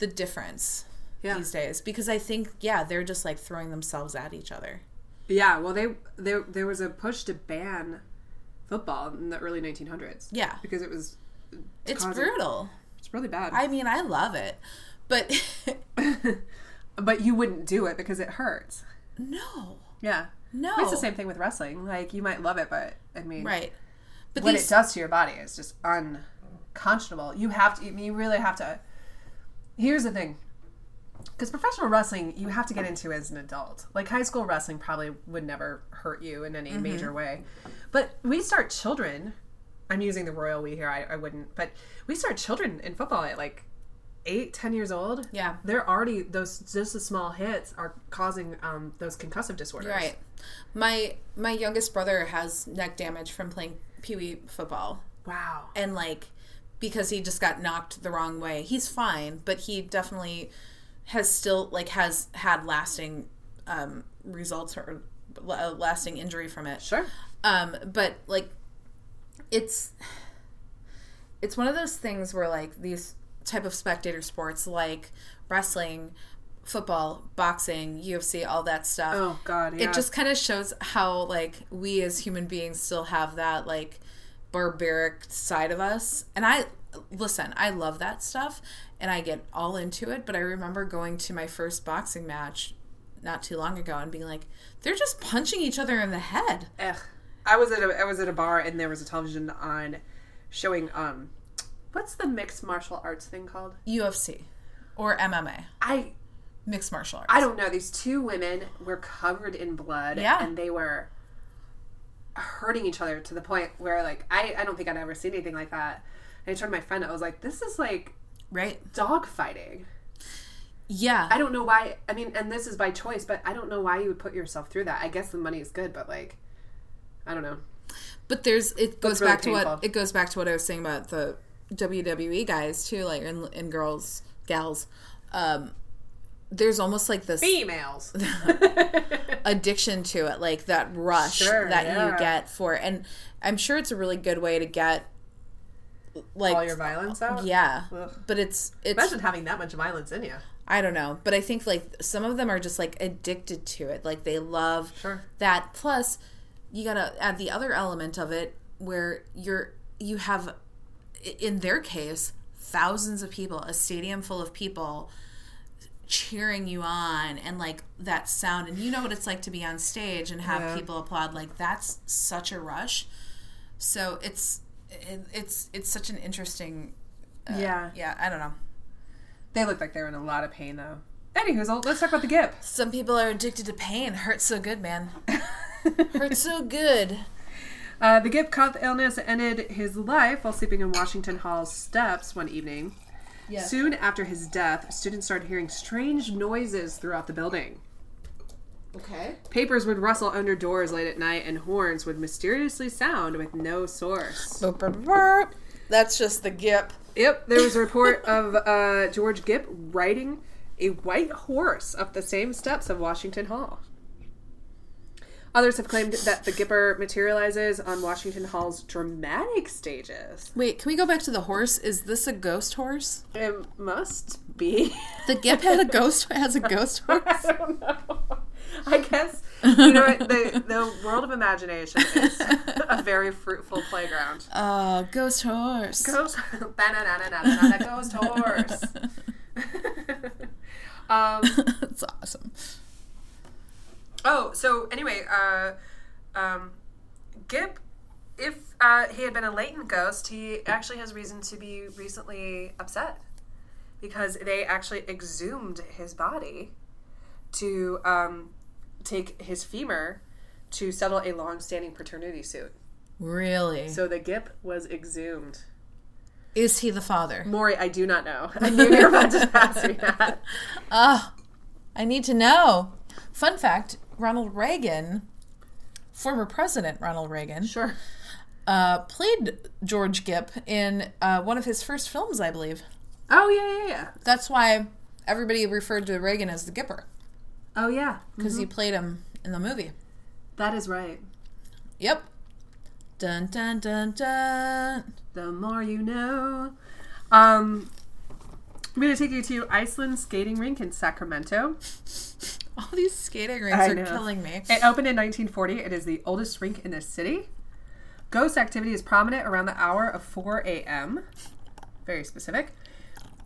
Speaker 3: the difference
Speaker 2: Yeah.
Speaker 3: these days because I think yeah they're just like throwing themselves at each other.
Speaker 2: Yeah, well, they there there was a push to ban football in the early 1900s.
Speaker 3: Yeah.
Speaker 2: because it was
Speaker 3: It's
Speaker 2: Cause-
Speaker 3: brutal.
Speaker 2: it's really bad.
Speaker 3: I mean, I love it, but
Speaker 2: but you wouldn't do it because it hurts.
Speaker 3: no,
Speaker 2: Yeah,
Speaker 3: no,
Speaker 2: it's the same thing with wrestling. Like you might love it, but I mean,
Speaker 3: right? But
Speaker 2: what
Speaker 3: these
Speaker 2: it does to your body is just unconscionable. You have to. I mean, You really have to. Here's the thing. Because professional wrestling, you have to get into as an adult. Like high school wrestling probably would never hurt you in
Speaker 3: Mm-hmm.
Speaker 2: any major way. But we start children. I'm using the royal we here. I, I wouldn't. But we start children in football at like eight, ten years old.
Speaker 3: Yeah.
Speaker 2: They're already, those, just the small hits are causing um, those concussive disorders.
Speaker 3: Right. My my youngest brother has neck damage from playing pee wee football,
Speaker 2: Wow.
Speaker 3: and like because he just got knocked the wrong way. He's fine, but he definitely has still like has had lasting um, results or la- lasting injury from it.
Speaker 2: Sure.
Speaker 3: Um, but like it's it's one of those things where like these type of spectator sports like wrestling, football, boxing, UFC, all that stuff
Speaker 2: Oh, God. Yeah.
Speaker 3: it just kind of shows how like we as human beings still have that like barbaric side of us and i listen i love that stuff and i get all into it but i remember going to my first boxing match not too long ago and being like they're just punching each other in the head
Speaker 2: Ugh. I was at a I was at a bar and there was a television on showing um what's the mixed martial arts thing called?
Speaker 3: ufc or mma
Speaker 2: I
Speaker 3: mixed martial arts
Speaker 2: I don't know. These two women were covered in blood
Speaker 3: Yeah.
Speaker 2: and they were hurting each other to the point where like I, I don't think I'd ever seen anything like that. And I turned to my friend, I was like, This is like
Speaker 3: right
Speaker 2: dog fighting.
Speaker 3: yeah
Speaker 2: I don't know why I mean, and this is by choice, but I don't know why you would put yourself through that. I guess the money is good, but like I don't know.
Speaker 3: but there's it goes
Speaker 2: really
Speaker 3: back to what
Speaker 2: painful.
Speaker 3: it goes back to what I was saying about the WWE guys too, like and, and girls, gals. Um, there's almost like this
Speaker 2: Females.
Speaker 3: addiction to it, like that rush
Speaker 2: Sure,
Speaker 3: that
Speaker 2: yeah.
Speaker 3: you get for, and I'm sure it's a really good way to get like
Speaker 2: All your violence out?
Speaker 3: yeah,
Speaker 2: Ugh.
Speaker 3: but it's it's
Speaker 2: Imagine having that much violence in you.
Speaker 3: I don't know, but I think like some of them are just like addicted to it. Like they love
Speaker 2: Sure.
Speaker 3: that. Plus, you gotta add the other element of it where you're you have, i- in their case, thousands of people, a stadium full of people cheering you on, and like that sound, and you know what it's like to be on stage and have
Speaker 2: Yeah.
Speaker 3: people applaud. Like that's such a rush. So it's it, it's it's such an interesting. Uh,
Speaker 2: Yeah.
Speaker 3: Yeah. I don't know.
Speaker 2: They looked like they were in a lot of pain, though. Anywho's, let's talk about the Gip.
Speaker 3: Some people are addicted to pain. Hurts so good, man. Hurts so good.
Speaker 2: Uh, the Gip caught the illness and ended his life while sleeping in Washington Hall's steps one evening.
Speaker 3: Yes.
Speaker 2: Soon after his death, students started hearing strange noises throughout the building.
Speaker 3: Okay.
Speaker 2: Papers would rustle under doors late at night, and horns would mysteriously sound with no source.
Speaker 3: That's just the gip.
Speaker 2: Yep, there was a report of uh, George Gip riding a white horse up the same steps of Washington Hall. Others have claimed that the Gipper materializes on Washington Hall's dramatic stages.
Speaker 3: Wait, can we go back to the horse? Is this a ghost horse?
Speaker 2: It must be.
Speaker 3: The gip had a ghost has a ghost horse.
Speaker 2: I don't know. I guess you know what, the the world of imagination is a very fruitful playground.
Speaker 3: Oh, ghost horse.
Speaker 2: Ghost, Ba-na-na-na-na-na-na, ghost horse. um,
Speaker 3: That's awesome.
Speaker 2: Oh, so anyway, uh, um, Gib, if uh, he had been a latent ghost, he actually has reason to be recently upset because they actually exhumed his body to um, take his femur to settle a long-standing paternity suit.
Speaker 3: Really?
Speaker 2: So the Gip was exhumed.
Speaker 3: Is he the father?
Speaker 2: Maury, I do not know. I knew you were about to ask me that.
Speaker 3: Ah, I need to know. Fun fact: Ronald Reagan, former president Ronald Reagan,
Speaker 2: Sure.
Speaker 3: uh, played George Gip in uh, one of his first films, I believe.
Speaker 2: Oh yeah, yeah, yeah.
Speaker 3: That's why everybody referred to Reagan as the Gipper
Speaker 2: Oh yeah.
Speaker 3: because he played him in the movie.
Speaker 2: That is right.
Speaker 3: Yep. Dun dun dun dun.
Speaker 2: The more you know. Um, I'm going to take you to Iceland skating rink in Sacramento.
Speaker 3: All these skating rinks
Speaker 2: I
Speaker 3: are
Speaker 2: know.
Speaker 3: killing me.
Speaker 2: It opened in 1940. It is the oldest rink in the city. Ghost activity is prominent around the hour of 4 a.m. Very specific.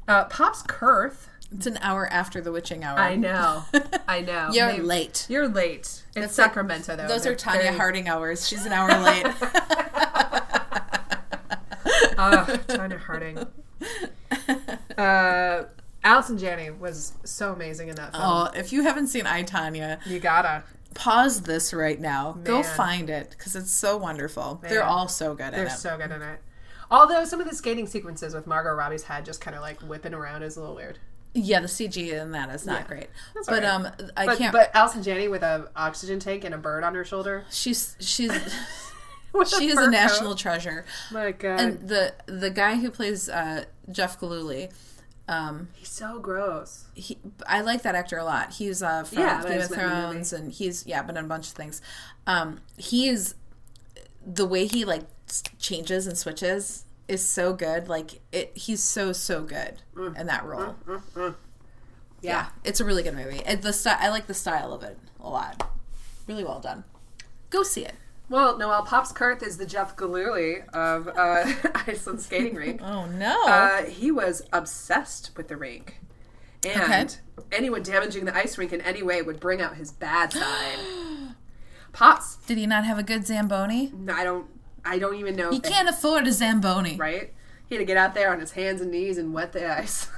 Speaker 2: Uh, Pops Kurth.
Speaker 3: It's an hour after the witching hour.
Speaker 2: I know. I know.
Speaker 3: You're
Speaker 2: They-
Speaker 3: late.
Speaker 2: You're late. It's
Speaker 3: like-
Speaker 2: Sacramento, though.
Speaker 3: Those
Speaker 2: They're
Speaker 3: are Tanya
Speaker 2: very-
Speaker 3: Harding hours. She's an hour late.
Speaker 2: Ugh, Oh, Tanya Harding. Uh, Allison Janney was so amazing in that film.
Speaker 3: oh, if you haven't seen I Tanya,
Speaker 2: You gotta.
Speaker 3: pause this right now. Go
Speaker 2: Man.
Speaker 3: find it because it's so wonderful. They're all so good at
Speaker 2: They're
Speaker 3: it.
Speaker 2: so good in it. Although some of the skating sequences with Margot Robbie's head just kind of like whipping around is a little weird.
Speaker 3: yeah, the CG in that is not great.
Speaker 2: That's
Speaker 3: but
Speaker 2: all right.
Speaker 3: um, I
Speaker 2: But,
Speaker 3: can't.
Speaker 2: but Allison Janney with a oxygen tank and a bird on her shoulder.
Speaker 3: she's she's
Speaker 2: With
Speaker 3: she is
Speaker 2: fur
Speaker 3: a
Speaker 2: coat.
Speaker 3: national treasure.
Speaker 2: Oh My God,
Speaker 3: And the the guy who plays uh, Jeff Galooly, um,
Speaker 2: he's so gross.
Speaker 3: he, I like that actor a lot. He's uh, from
Speaker 2: Yeah,
Speaker 3: Game
Speaker 2: that's
Speaker 3: of
Speaker 2: what the movie-
Speaker 3: Thrones, and he's yeah, been in a bunch of things. Um, he is the way he like s- changes and switches is so good. Like it, he's so so good
Speaker 2: Mm.
Speaker 3: in that role. Yeah.
Speaker 2: Yeah.
Speaker 3: it's a really good movie. And the sty- I like the style of it a lot. Really well done. Go see it.
Speaker 2: Well, Noel Pops Kurth is the Jeff Galooly of uh, Iceland skating rink.
Speaker 3: Oh no!
Speaker 2: Uh, he was obsessed with the rink, and anyone damaging the ice rink in any way would bring out his bad side. Pops,
Speaker 3: Did he not have a good zamboni?
Speaker 2: I don't, I don't even know.
Speaker 3: He can't afford a zamboni.
Speaker 2: right? He had to get out there on his hands and knees and wet the ice.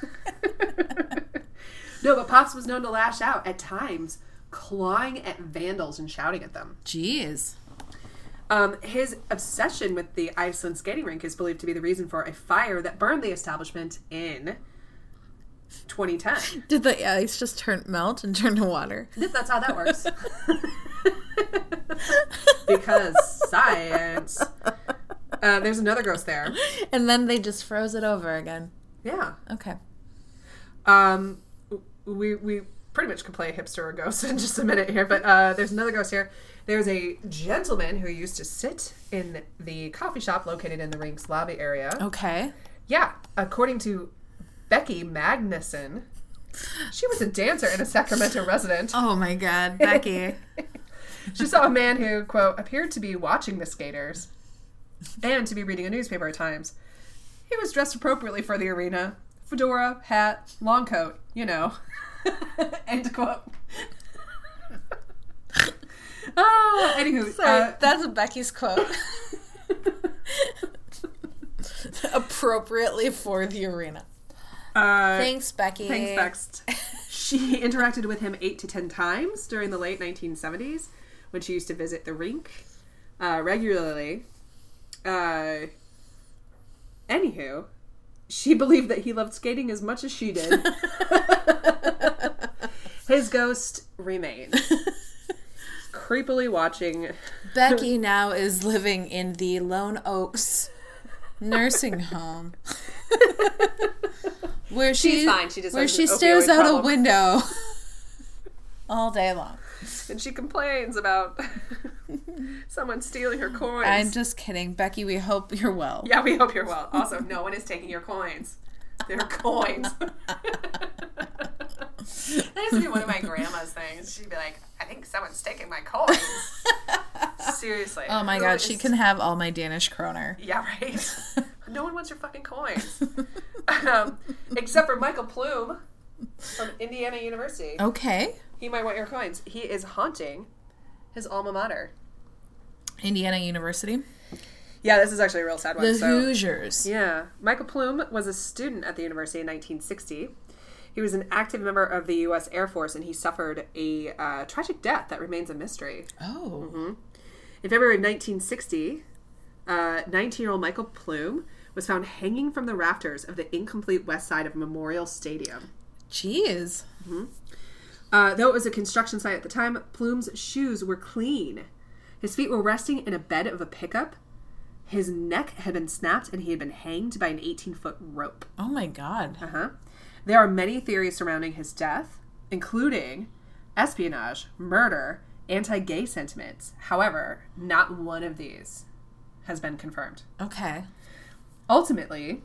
Speaker 2: no, but Pops was known to lash out at times, clawing at vandals and shouting at them.
Speaker 3: Jeez.
Speaker 2: Um, his obsession with the Iceland skating rink is believed to be the reason for a fire that burned the establishment in 2010.
Speaker 3: Did the ice just turn melt and turn to water?
Speaker 2: Yep, That's how that works. because science. Uh, there's another ghost there.
Speaker 3: And then they just froze it over again.
Speaker 2: Yeah.
Speaker 3: Okay.
Speaker 2: Um, we we pretty much could play hipster or ghost in just a minute here, but uh, there's another ghost here. There's a gentleman who used to sit in the coffee shop located in the rink's lobby area.
Speaker 3: Okay.
Speaker 2: Yeah, according to Becky Magnuson, she was a dancer and a Sacramento resident.
Speaker 3: Oh my god, Becky.
Speaker 2: She saw a man who, quote, appeared to be watching the skaters and to be reading a newspaper at times. He was dressed appropriately for the arena fedora, hat, long coat, you know. End quote. oh, anywho. uh,
Speaker 3: that's Becky's quote. Appropriately for the arena.
Speaker 2: uh,
Speaker 3: Thanks, Becky.
Speaker 2: Thanks, Vexed. She interacted with him eight to ten times during the late 1970s when she used to visit the rink uh, regularly. Uh, anywho, she believed that he loved skating as much as she did. His ghost remains. Creepily watching.
Speaker 3: Becky now is living in the Lone Oaks nursing home. where she,
Speaker 2: She's fine. She just
Speaker 3: where
Speaker 2: has
Speaker 3: she
Speaker 2: an
Speaker 3: stares
Speaker 2: opioid
Speaker 3: out a
Speaker 2: problem.
Speaker 3: window all day long.
Speaker 2: And she complains about someone stealing her coins.
Speaker 3: I'm just kidding. Becky, we hope you're well.
Speaker 2: Yeah, we hope you're well. Also, no one is taking your coins. They're coins. that used to be one of my grandma's things. She'd be like, I think someone's taking my coins. Seriously.
Speaker 3: Oh my
Speaker 2: Who
Speaker 3: god,
Speaker 2: is-
Speaker 3: she can have all my Danish kroner.
Speaker 2: Yeah, right. no one wants your fucking coins. um, except for Michael Plume from Indiana University.
Speaker 3: Okay.
Speaker 2: He might want your coins. He is haunting his alma mater.
Speaker 3: Indiana University.
Speaker 2: Yeah, this is actually a real sad one.
Speaker 3: The
Speaker 2: so.
Speaker 3: Hoosiers.
Speaker 2: Yeah. Michael Plume was a student at the university in 1960. He was an active member of the U.S. Air Force and he suffered a uh, tragic death that remains a mystery.
Speaker 3: Oh.
Speaker 2: Mm-hmm. In February of 1960, 19 year old Michael Plume was found hanging from the rafters of the incomplete west side of Memorial Stadium.
Speaker 3: Jeez.
Speaker 2: Uh, though it was a construction site at the time, Plume's shoes were clean. His feet were resting in a bed of a pickup. His neck had been snapped and he had been hanged by an 18 foot rope.
Speaker 3: Oh my god.
Speaker 2: Uh-huh. There are many theories surrounding his death, including espionage, murder, anti gay sentiments. However, not one of these has been confirmed.
Speaker 3: Okay.
Speaker 2: Ultimately,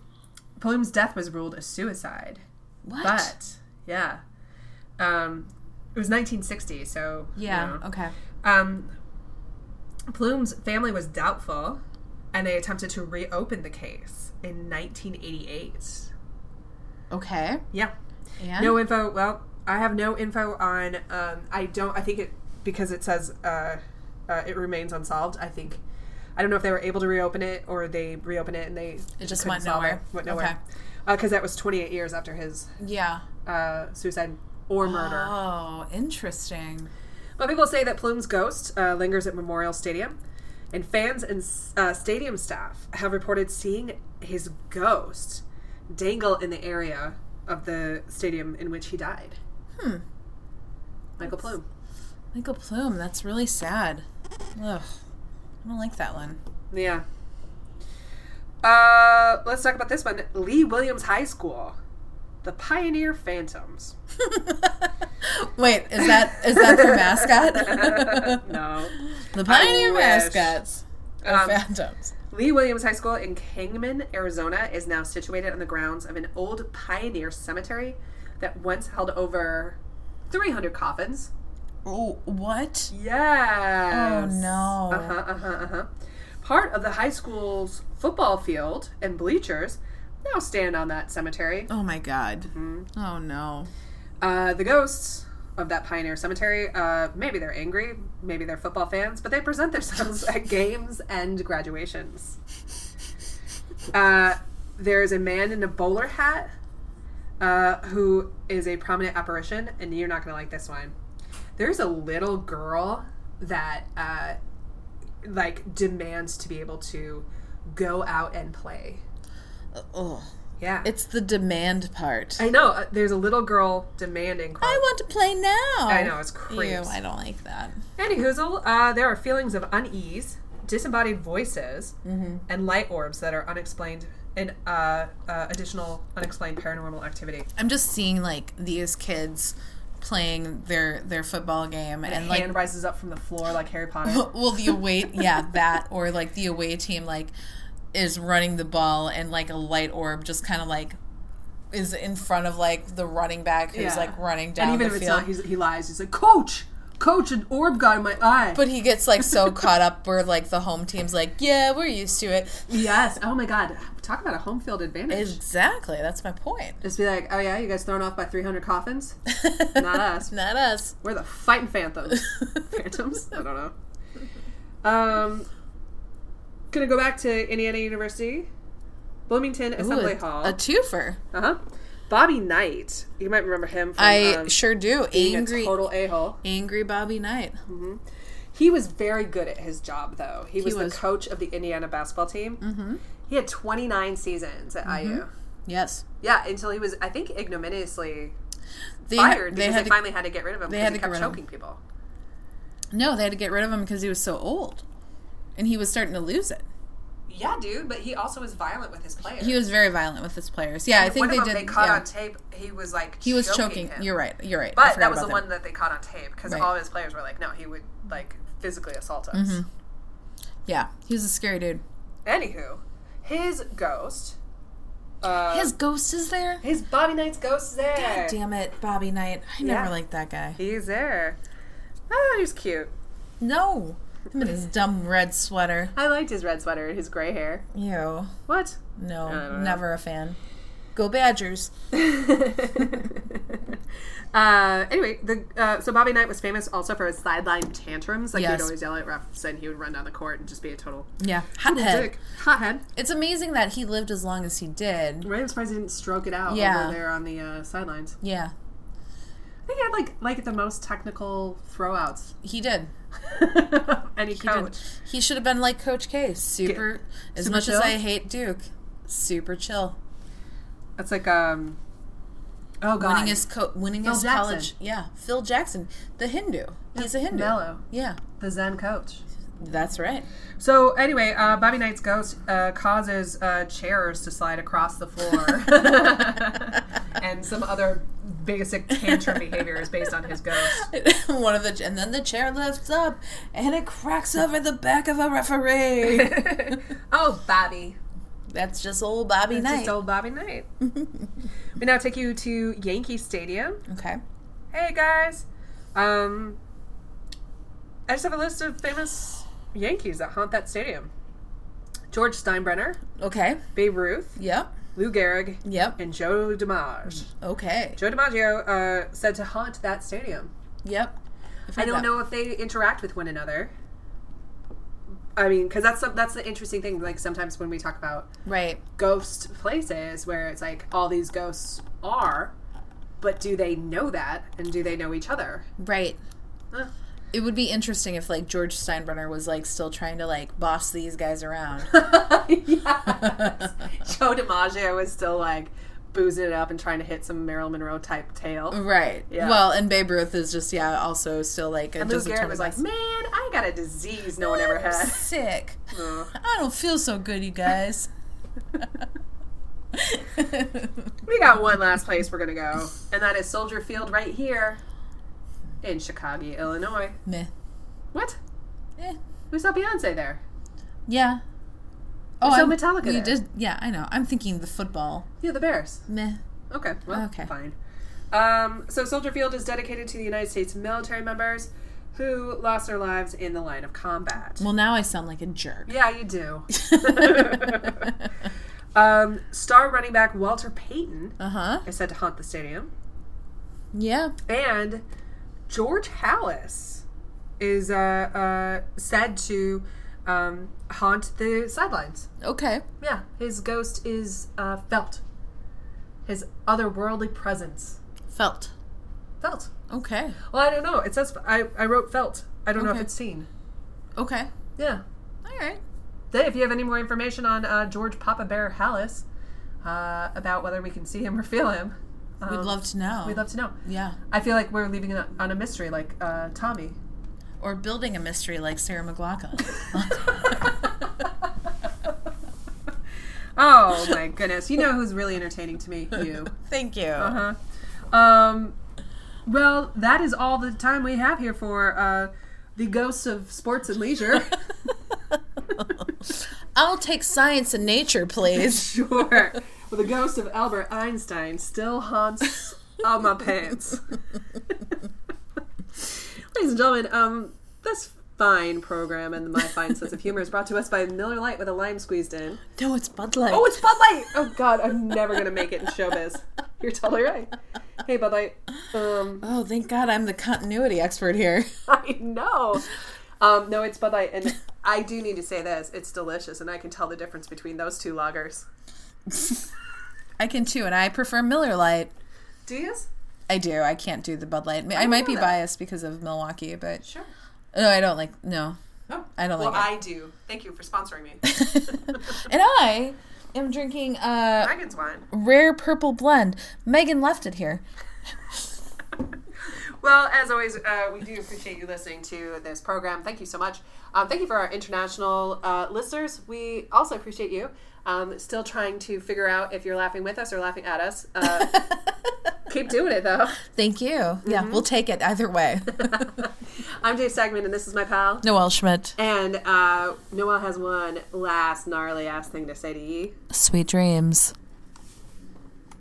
Speaker 2: Plume's death was ruled a suicide.
Speaker 3: What?
Speaker 2: But yeah, um, it was 1960, so you
Speaker 3: yeah.
Speaker 2: know.
Speaker 3: Okay.
Speaker 2: Um, Plume's family was doubtful, and they attempted to reopen the case in 1988.
Speaker 3: Okay.
Speaker 2: Yeah,
Speaker 3: And
Speaker 2: no info. Well, I have no info on. Um, I don't. I think it because it says uh, uh, it remains unsolved. I think. I don't know if they were able to reopen it or they reopened it and they
Speaker 3: It just
Speaker 2: couldn't
Speaker 3: went
Speaker 2: solve
Speaker 3: nowhere.
Speaker 2: It, went nowhere. Because that was 28 years after his
Speaker 3: yeah.
Speaker 2: uh, suicide or murder.
Speaker 3: Oh, interesting.
Speaker 2: But people say that Plume's ghost uh, lingers at Memorial Stadium, and fans and uh, stadium staff have reported seeing his ghost dangle in the area of the stadium in which he died.
Speaker 3: Hmm.
Speaker 2: Michael Plume.
Speaker 3: Michael Plume. That's really sad. Ugh. I don't like that one.
Speaker 2: Yeah. Uh, let's talk about this one. Lee Williams High School, the Pioneer Phantoms.
Speaker 3: Wait, is that is that their mascot?
Speaker 2: no.
Speaker 3: The pioneer
Speaker 2: wish.
Speaker 3: mascots are
Speaker 2: Um,
Speaker 3: phantoms.
Speaker 2: Lee Williams High School in Kingman, Arizona, is now situated on the grounds of an old pioneer cemetery that once held over 300 coffins.
Speaker 3: Oh, what?
Speaker 2: Yes.
Speaker 3: no.
Speaker 2: Uh huh. Uh huh. Uh huh. Part of the high school's football field and bleachers now stand on that cemetery.
Speaker 3: Oh my god.
Speaker 2: Mm-hmm.
Speaker 3: Oh no.
Speaker 2: Uh, the ghosts of that pioneer cemetery, uh, maybe they're angry, maybe they're football fans, but they present themselves at games and graduations. Uh, there's a man in a bowler hat uh, who is a prominent apparition, and you're not going to like this one. There's a little girl that uh, like demands to be able to go out and play. Uh,
Speaker 3: Oh,
Speaker 2: Yeah,
Speaker 3: it's the demand part. I,
Speaker 2: I know. uh, There's a little girl demanding. quote,
Speaker 3: want to play now.
Speaker 2: I know it's creepy.
Speaker 3: Ew, I don't like that.
Speaker 2: Andy Hoozle, uh, there are feelings of unease, disembodied voices,
Speaker 3: Mm-hmm.
Speaker 2: and light orbs that are unexplained and uh, uh, additional unexplained paranormal activity.
Speaker 3: I'm just seeing like these kids playing their their football game and like
Speaker 2: Hand rises up from the floor like Harry Potter.
Speaker 3: well the away yeah that or like the away team like is running the ball and like a light orb just kind of like is in front of like the running back who's
Speaker 2: Yeah.
Speaker 3: like running down
Speaker 2: and even
Speaker 3: the
Speaker 2: if it's
Speaker 3: field.
Speaker 2: not, he's, he lies. He's like, Coach! Coach, an orb got in my eye.
Speaker 3: but he gets like so caught up where like the home team's like, yeah, we're used to it.
Speaker 2: yes. Oh my god. Talk about a home field advantage.
Speaker 3: Exactly, that's my point.
Speaker 2: Just be like, oh yeah, you guys thrown off by 300 coffins? Not us.
Speaker 3: Not us.
Speaker 2: We're the fighting phantoms. Phantoms? I don't know. Um, gonna go back to Indiana University, Bloomington Assembly
Speaker 3: Ooh,
Speaker 2: Hall.
Speaker 3: A twofer.
Speaker 2: uh huh. Bobby Knight. You might remember him from
Speaker 3: I
Speaker 2: um,
Speaker 3: sure do.
Speaker 2: being
Speaker 3: Angry,
Speaker 2: a total a hole.
Speaker 3: angry Bobby Knight.
Speaker 2: He was very good at his job, though. He was,
Speaker 3: was.
Speaker 2: the coach of the Indiana basketball team. Mm-hmm. He had 29 seasons at IU.
Speaker 3: Mm-hmm. Yes,
Speaker 2: Yeah, until he was, I think, ignominiously
Speaker 3: they,
Speaker 2: fired
Speaker 3: They
Speaker 2: because
Speaker 3: had
Speaker 2: they
Speaker 3: to,
Speaker 2: finally had to get rid of him because
Speaker 3: had
Speaker 2: he
Speaker 3: to get
Speaker 2: kept
Speaker 3: rid of him.
Speaker 2: choking people.
Speaker 3: no, they had to get rid of him because he was so old, and he was starting to lose it.
Speaker 2: Yeah, dude, but he also was violent with his players.
Speaker 3: He was very violent with his players. Yeah, I think
Speaker 2: one
Speaker 3: they
Speaker 2: of them
Speaker 3: did.
Speaker 2: they caught
Speaker 3: yeah.
Speaker 2: on tape. He was like
Speaker 3: he was choking.
Speaker 2: him.
Speaker 3: You're right. You're right. I
Speaker 2: But
Speaker 3: forgot
Speaker 2: that was the
Speaker 3: about
Speaker 2: one that they caught on tape because
Speaker 3: Right.
Speaker 2: all his players were like, no, he would like physically assault us.
Speaker 3: Yeah, he was a scary dude.
Speaker 2: Anywho, his ghost, uh, his
Speaker 3: His ghost is there.
Speaker 2: Bobby Knight's ghost is there.
Speaker 3: Damn it, Bobby Knight. I
Speaker 2: Yeah.
Speaker 3: never liked that guy.
Speaker 2: He's there. Oh, he's cute.
Speaker 3: No, him in his dumb red sweater.
Speaker 2: I liked his red sweater and his gray hair.
Speaker 3: Ew.
Speaker 2: What?
Speaker 3: No,
Speaker 2: know.
Speaker 3: never a fan. Go Badgers.
Speaker 2: uh, anyway, the uh, so Bobby Knight was famous also for his sideline tantrums. Like
Speaker 3: Yes.
Speaker 2: he'd always yell at refs, and he would run down the court and just be a total
Speaker 3: Yeah, hothead.
Speaker 2: dick, hothead.
Speaker 3: It's amazing that he lived as long as he did.
Speaker 2: Right, I'm surprised he didn't stroke it out
Speaker 3: Yeah.
Speaker 2: over there on the uh, sidelines.
Speaker 3: Yeah,
Speaker 2: I think he had like like the most technical throwouts
Speaker 3: he did.
Speaker 2: of any
Speaker 3: He did.
Speaker 2: coach.
Speaker 3: He should have been like Coach K. Super. as
Speaker 2: super
Speaker 3: much as
Speaker 2: chill?
Speaker 3: I hate Duke, super chill.
Speaker 2: That's like um. Oh god,
Speaker 3: Winningest, co- winningest
Speaker 2: Jackson.
Speaker 3: college. Yeah, Phil Jackson, the Hindu. He's a Hindu.
Speaker 2: Mellow,
Speaker 3: Yeah,
Speaker 2: the Zen coach.
Speaker 3: that's right.
Speaker 2: So anyway, uh, Bobby Knight's ghost uh, causes uh, chairs to slide across the floor, and some other basic tantrum behaviors based on his ghost.
Speaker 3: One of the and then the chair lifts up and it cracks over the back of a referee.
Speaker 2: oh, Bobby!
Speaker 3: that's just old Bobby
Speaker 2: It's
Speaker 3: Knight.
Speaker 2: just old Bobby Knight. We now take you to Yankee Stadium.
Speaker 3: Okay.
Speaker 2: Hey guys, um, I just have a list of famous Yankees that haunt that stadium: George Steinbrenner,
Speaker 3: Okay.
Speaker 2: Babe Ruth,
Speaker 3: Yep.
Speaker 2: Lou Gehrig,
Speaker 3: Yep.
Speaker 2: and Joe DiMaggio.
Speaker 3: Okay.
Speaker 2: Joe DiMaggio uh, said to haunt that stadium.
Speaker 3: Yep. I've
Speaker 2: I
Speaker 3: heard
Speaker 2: don't
Speaker 3: that.
Speaker 2: know if they interact with one another. I mean, because that's some- that's the interesting thing. Like sometimes when we talk about
Speaker 3: Right.
Speaker 2: ghost places, where it's like all these ghosts are, but do they know that, and do they know each other?
Speaker 3: Right.
Speaker 2: Huh.
Speaker 3: It would be interesting if like George Steinbrenner was like still trying to like boss these guys around.
Speaker 2: yes. Joe DiMaggio was still like boozing it up and trying to hit some Marilyn Monroe type tail.
Speaker 3: right.
Speaker 2: Yeah.
Speaker 3: Well, and Babe Ruth is just yeah, also still like
Speaker 2: And Lou
Speaker 3: just a
Speaker 2: Garrett
Speaker 3: total
Speaker 2: was like,
Speaker 3: boss.
Speaker 2: "Man, I got a disease no one ever
Speaker 3: I'm
Speaker 2: had."
Speaker 3: Sick.
Speaker 2: Ugh.
Speaker 3: I don't feel so good, you guys.
Speaker 2: We got one last place we're gonna go, and that is Soldier Field right here in Chicago, Illinois.
Speaker 3: Meh.
Speaker 2: What?
Speaker 3: Eh.
Speaker 2: We saw Beyonce there.
Speaker 3: Yeah. Oh,
Speaker 2: We saw
Speaker 3: I'm-
Speaker 2: Metallica
Speaker 3: You
Speaker 2: there.
Speaker 3: did. Yeah, I know. I'm thinking the football.
Speaker 2: Yeah, the Bears.
Speaker 3: Meh.
Speaker 2: Okay. Well,
Speaker 3: Okay.
Speaker 2: Fine. Um, so Soldier Field is dedicated to the United States military members who lost their lives in the line of combat.
Speaker 3: Well, now I sound like a jerk.
Speaker 2: Yeah, you do. um, star running back Walter Payton
Speaker 3: uh huh.
Speaker 2: is said to haunt the stadium,
Speaker 3: Yeah.
Speaker 2: and George Hallis is uh, uh, said to um, haunt the sidelines.
Speaker 3: Okay.
Speaker 2: Yeah, his ghost is uh, felt. His otherworldly presence
Speaker 3: Felt.
Speaker 2: felt.
Speaker 3: Okay.
Speaker 2: Well, I don't know. It says I, I wrote felt. I don't know if
Speaker 3: Okay.
Speaker 2: it's seen.
Speaker 3: Okay.
Speaker 2: Yeah.
Speaker 3: All right.
Speaker 2: Then, if you have any more information on uh, George Papa Bear Hallis uh, about whether we can see him or feel him, um,
Speaker 3: We'd love to know.
Speaker 2: We'd love to know.
Speaker 3: Yeah.
Speaker 2: I feel like we're leaving it on a mystery, like uh, Tommy.
Speaker 3: Or building a mystery like Sarah McLaughlin.
Speaker 2: oh my goodness! You know who's really entertaining to me? You.
Speaker 3: Thank you.
Speaker 2: Uh huh. Um, well, that is all the time we have here for uh, the ghosts of sports and leisure.
Speaker 3: I'll take science and nature, please.
Speaker 2: Sure. Well, the ghost of Albert Einstein still haunts all my pants. Ladies and gentlemen, um, this fine program and my fine sense of humor is brought to us by Miller Lite with a lime squeezed in.
Speaker 3: no, it's Bud Light.
Speaker 2: Oh, it's Bud Light! Oh, God, I'm never going to make it in showbiz. You're totally right. Hey, Bud Light. Um,
Speaker 3: oh, thank God I'm the continuity expert here.
Speaker 2: I know. Um, no, it's Bud Light, and I do need to say this. It's delicious, and I can tell the difference between those two lagers.
Speaker 3: I can too, and I prefer Miller Light.
Speaker 2: Do you?
Speaker 3: I do. I can't do the Bud Light. I, might
Speaker 2: know
Speaker 3: be
Speaker 2: that.
Speaker 3: biased because of Milwaukee, but
Speaker 2: Sure.
Speaker 3: no, I don't like. No,
Speaker 2: Oh,
Speaker 3: I don't
Speaker 2: well,
Speaker 3: like
Speaker 2: I do. Thank you for sponsoring me.
Speaker 3: it. and I am drinking uh,
Speaker 2: Dragon's wine.
Speaker 3: rare purple blend. Megan left it here.
Speaker 2: Well, as always, uh, we do appreciate you listening to this program. Thank you so much. Um, thank you for our international uh, listeners. We also appreciate you. Um, still trying to figure out if you're laughing with us or laughing at us. Uh, keep doing it, though.
Speaker 3: Thank you. Mm-hmm. Yeah, we'll take it either way.
Speaker 2: I'm Dave Sagman, and this is my pal.
Speaker 3: Noel Schmidt.
Speaker 2: And uh, Noel has one last gnarly ass thing to say to ye.
Speaker 3: Sweet dreams.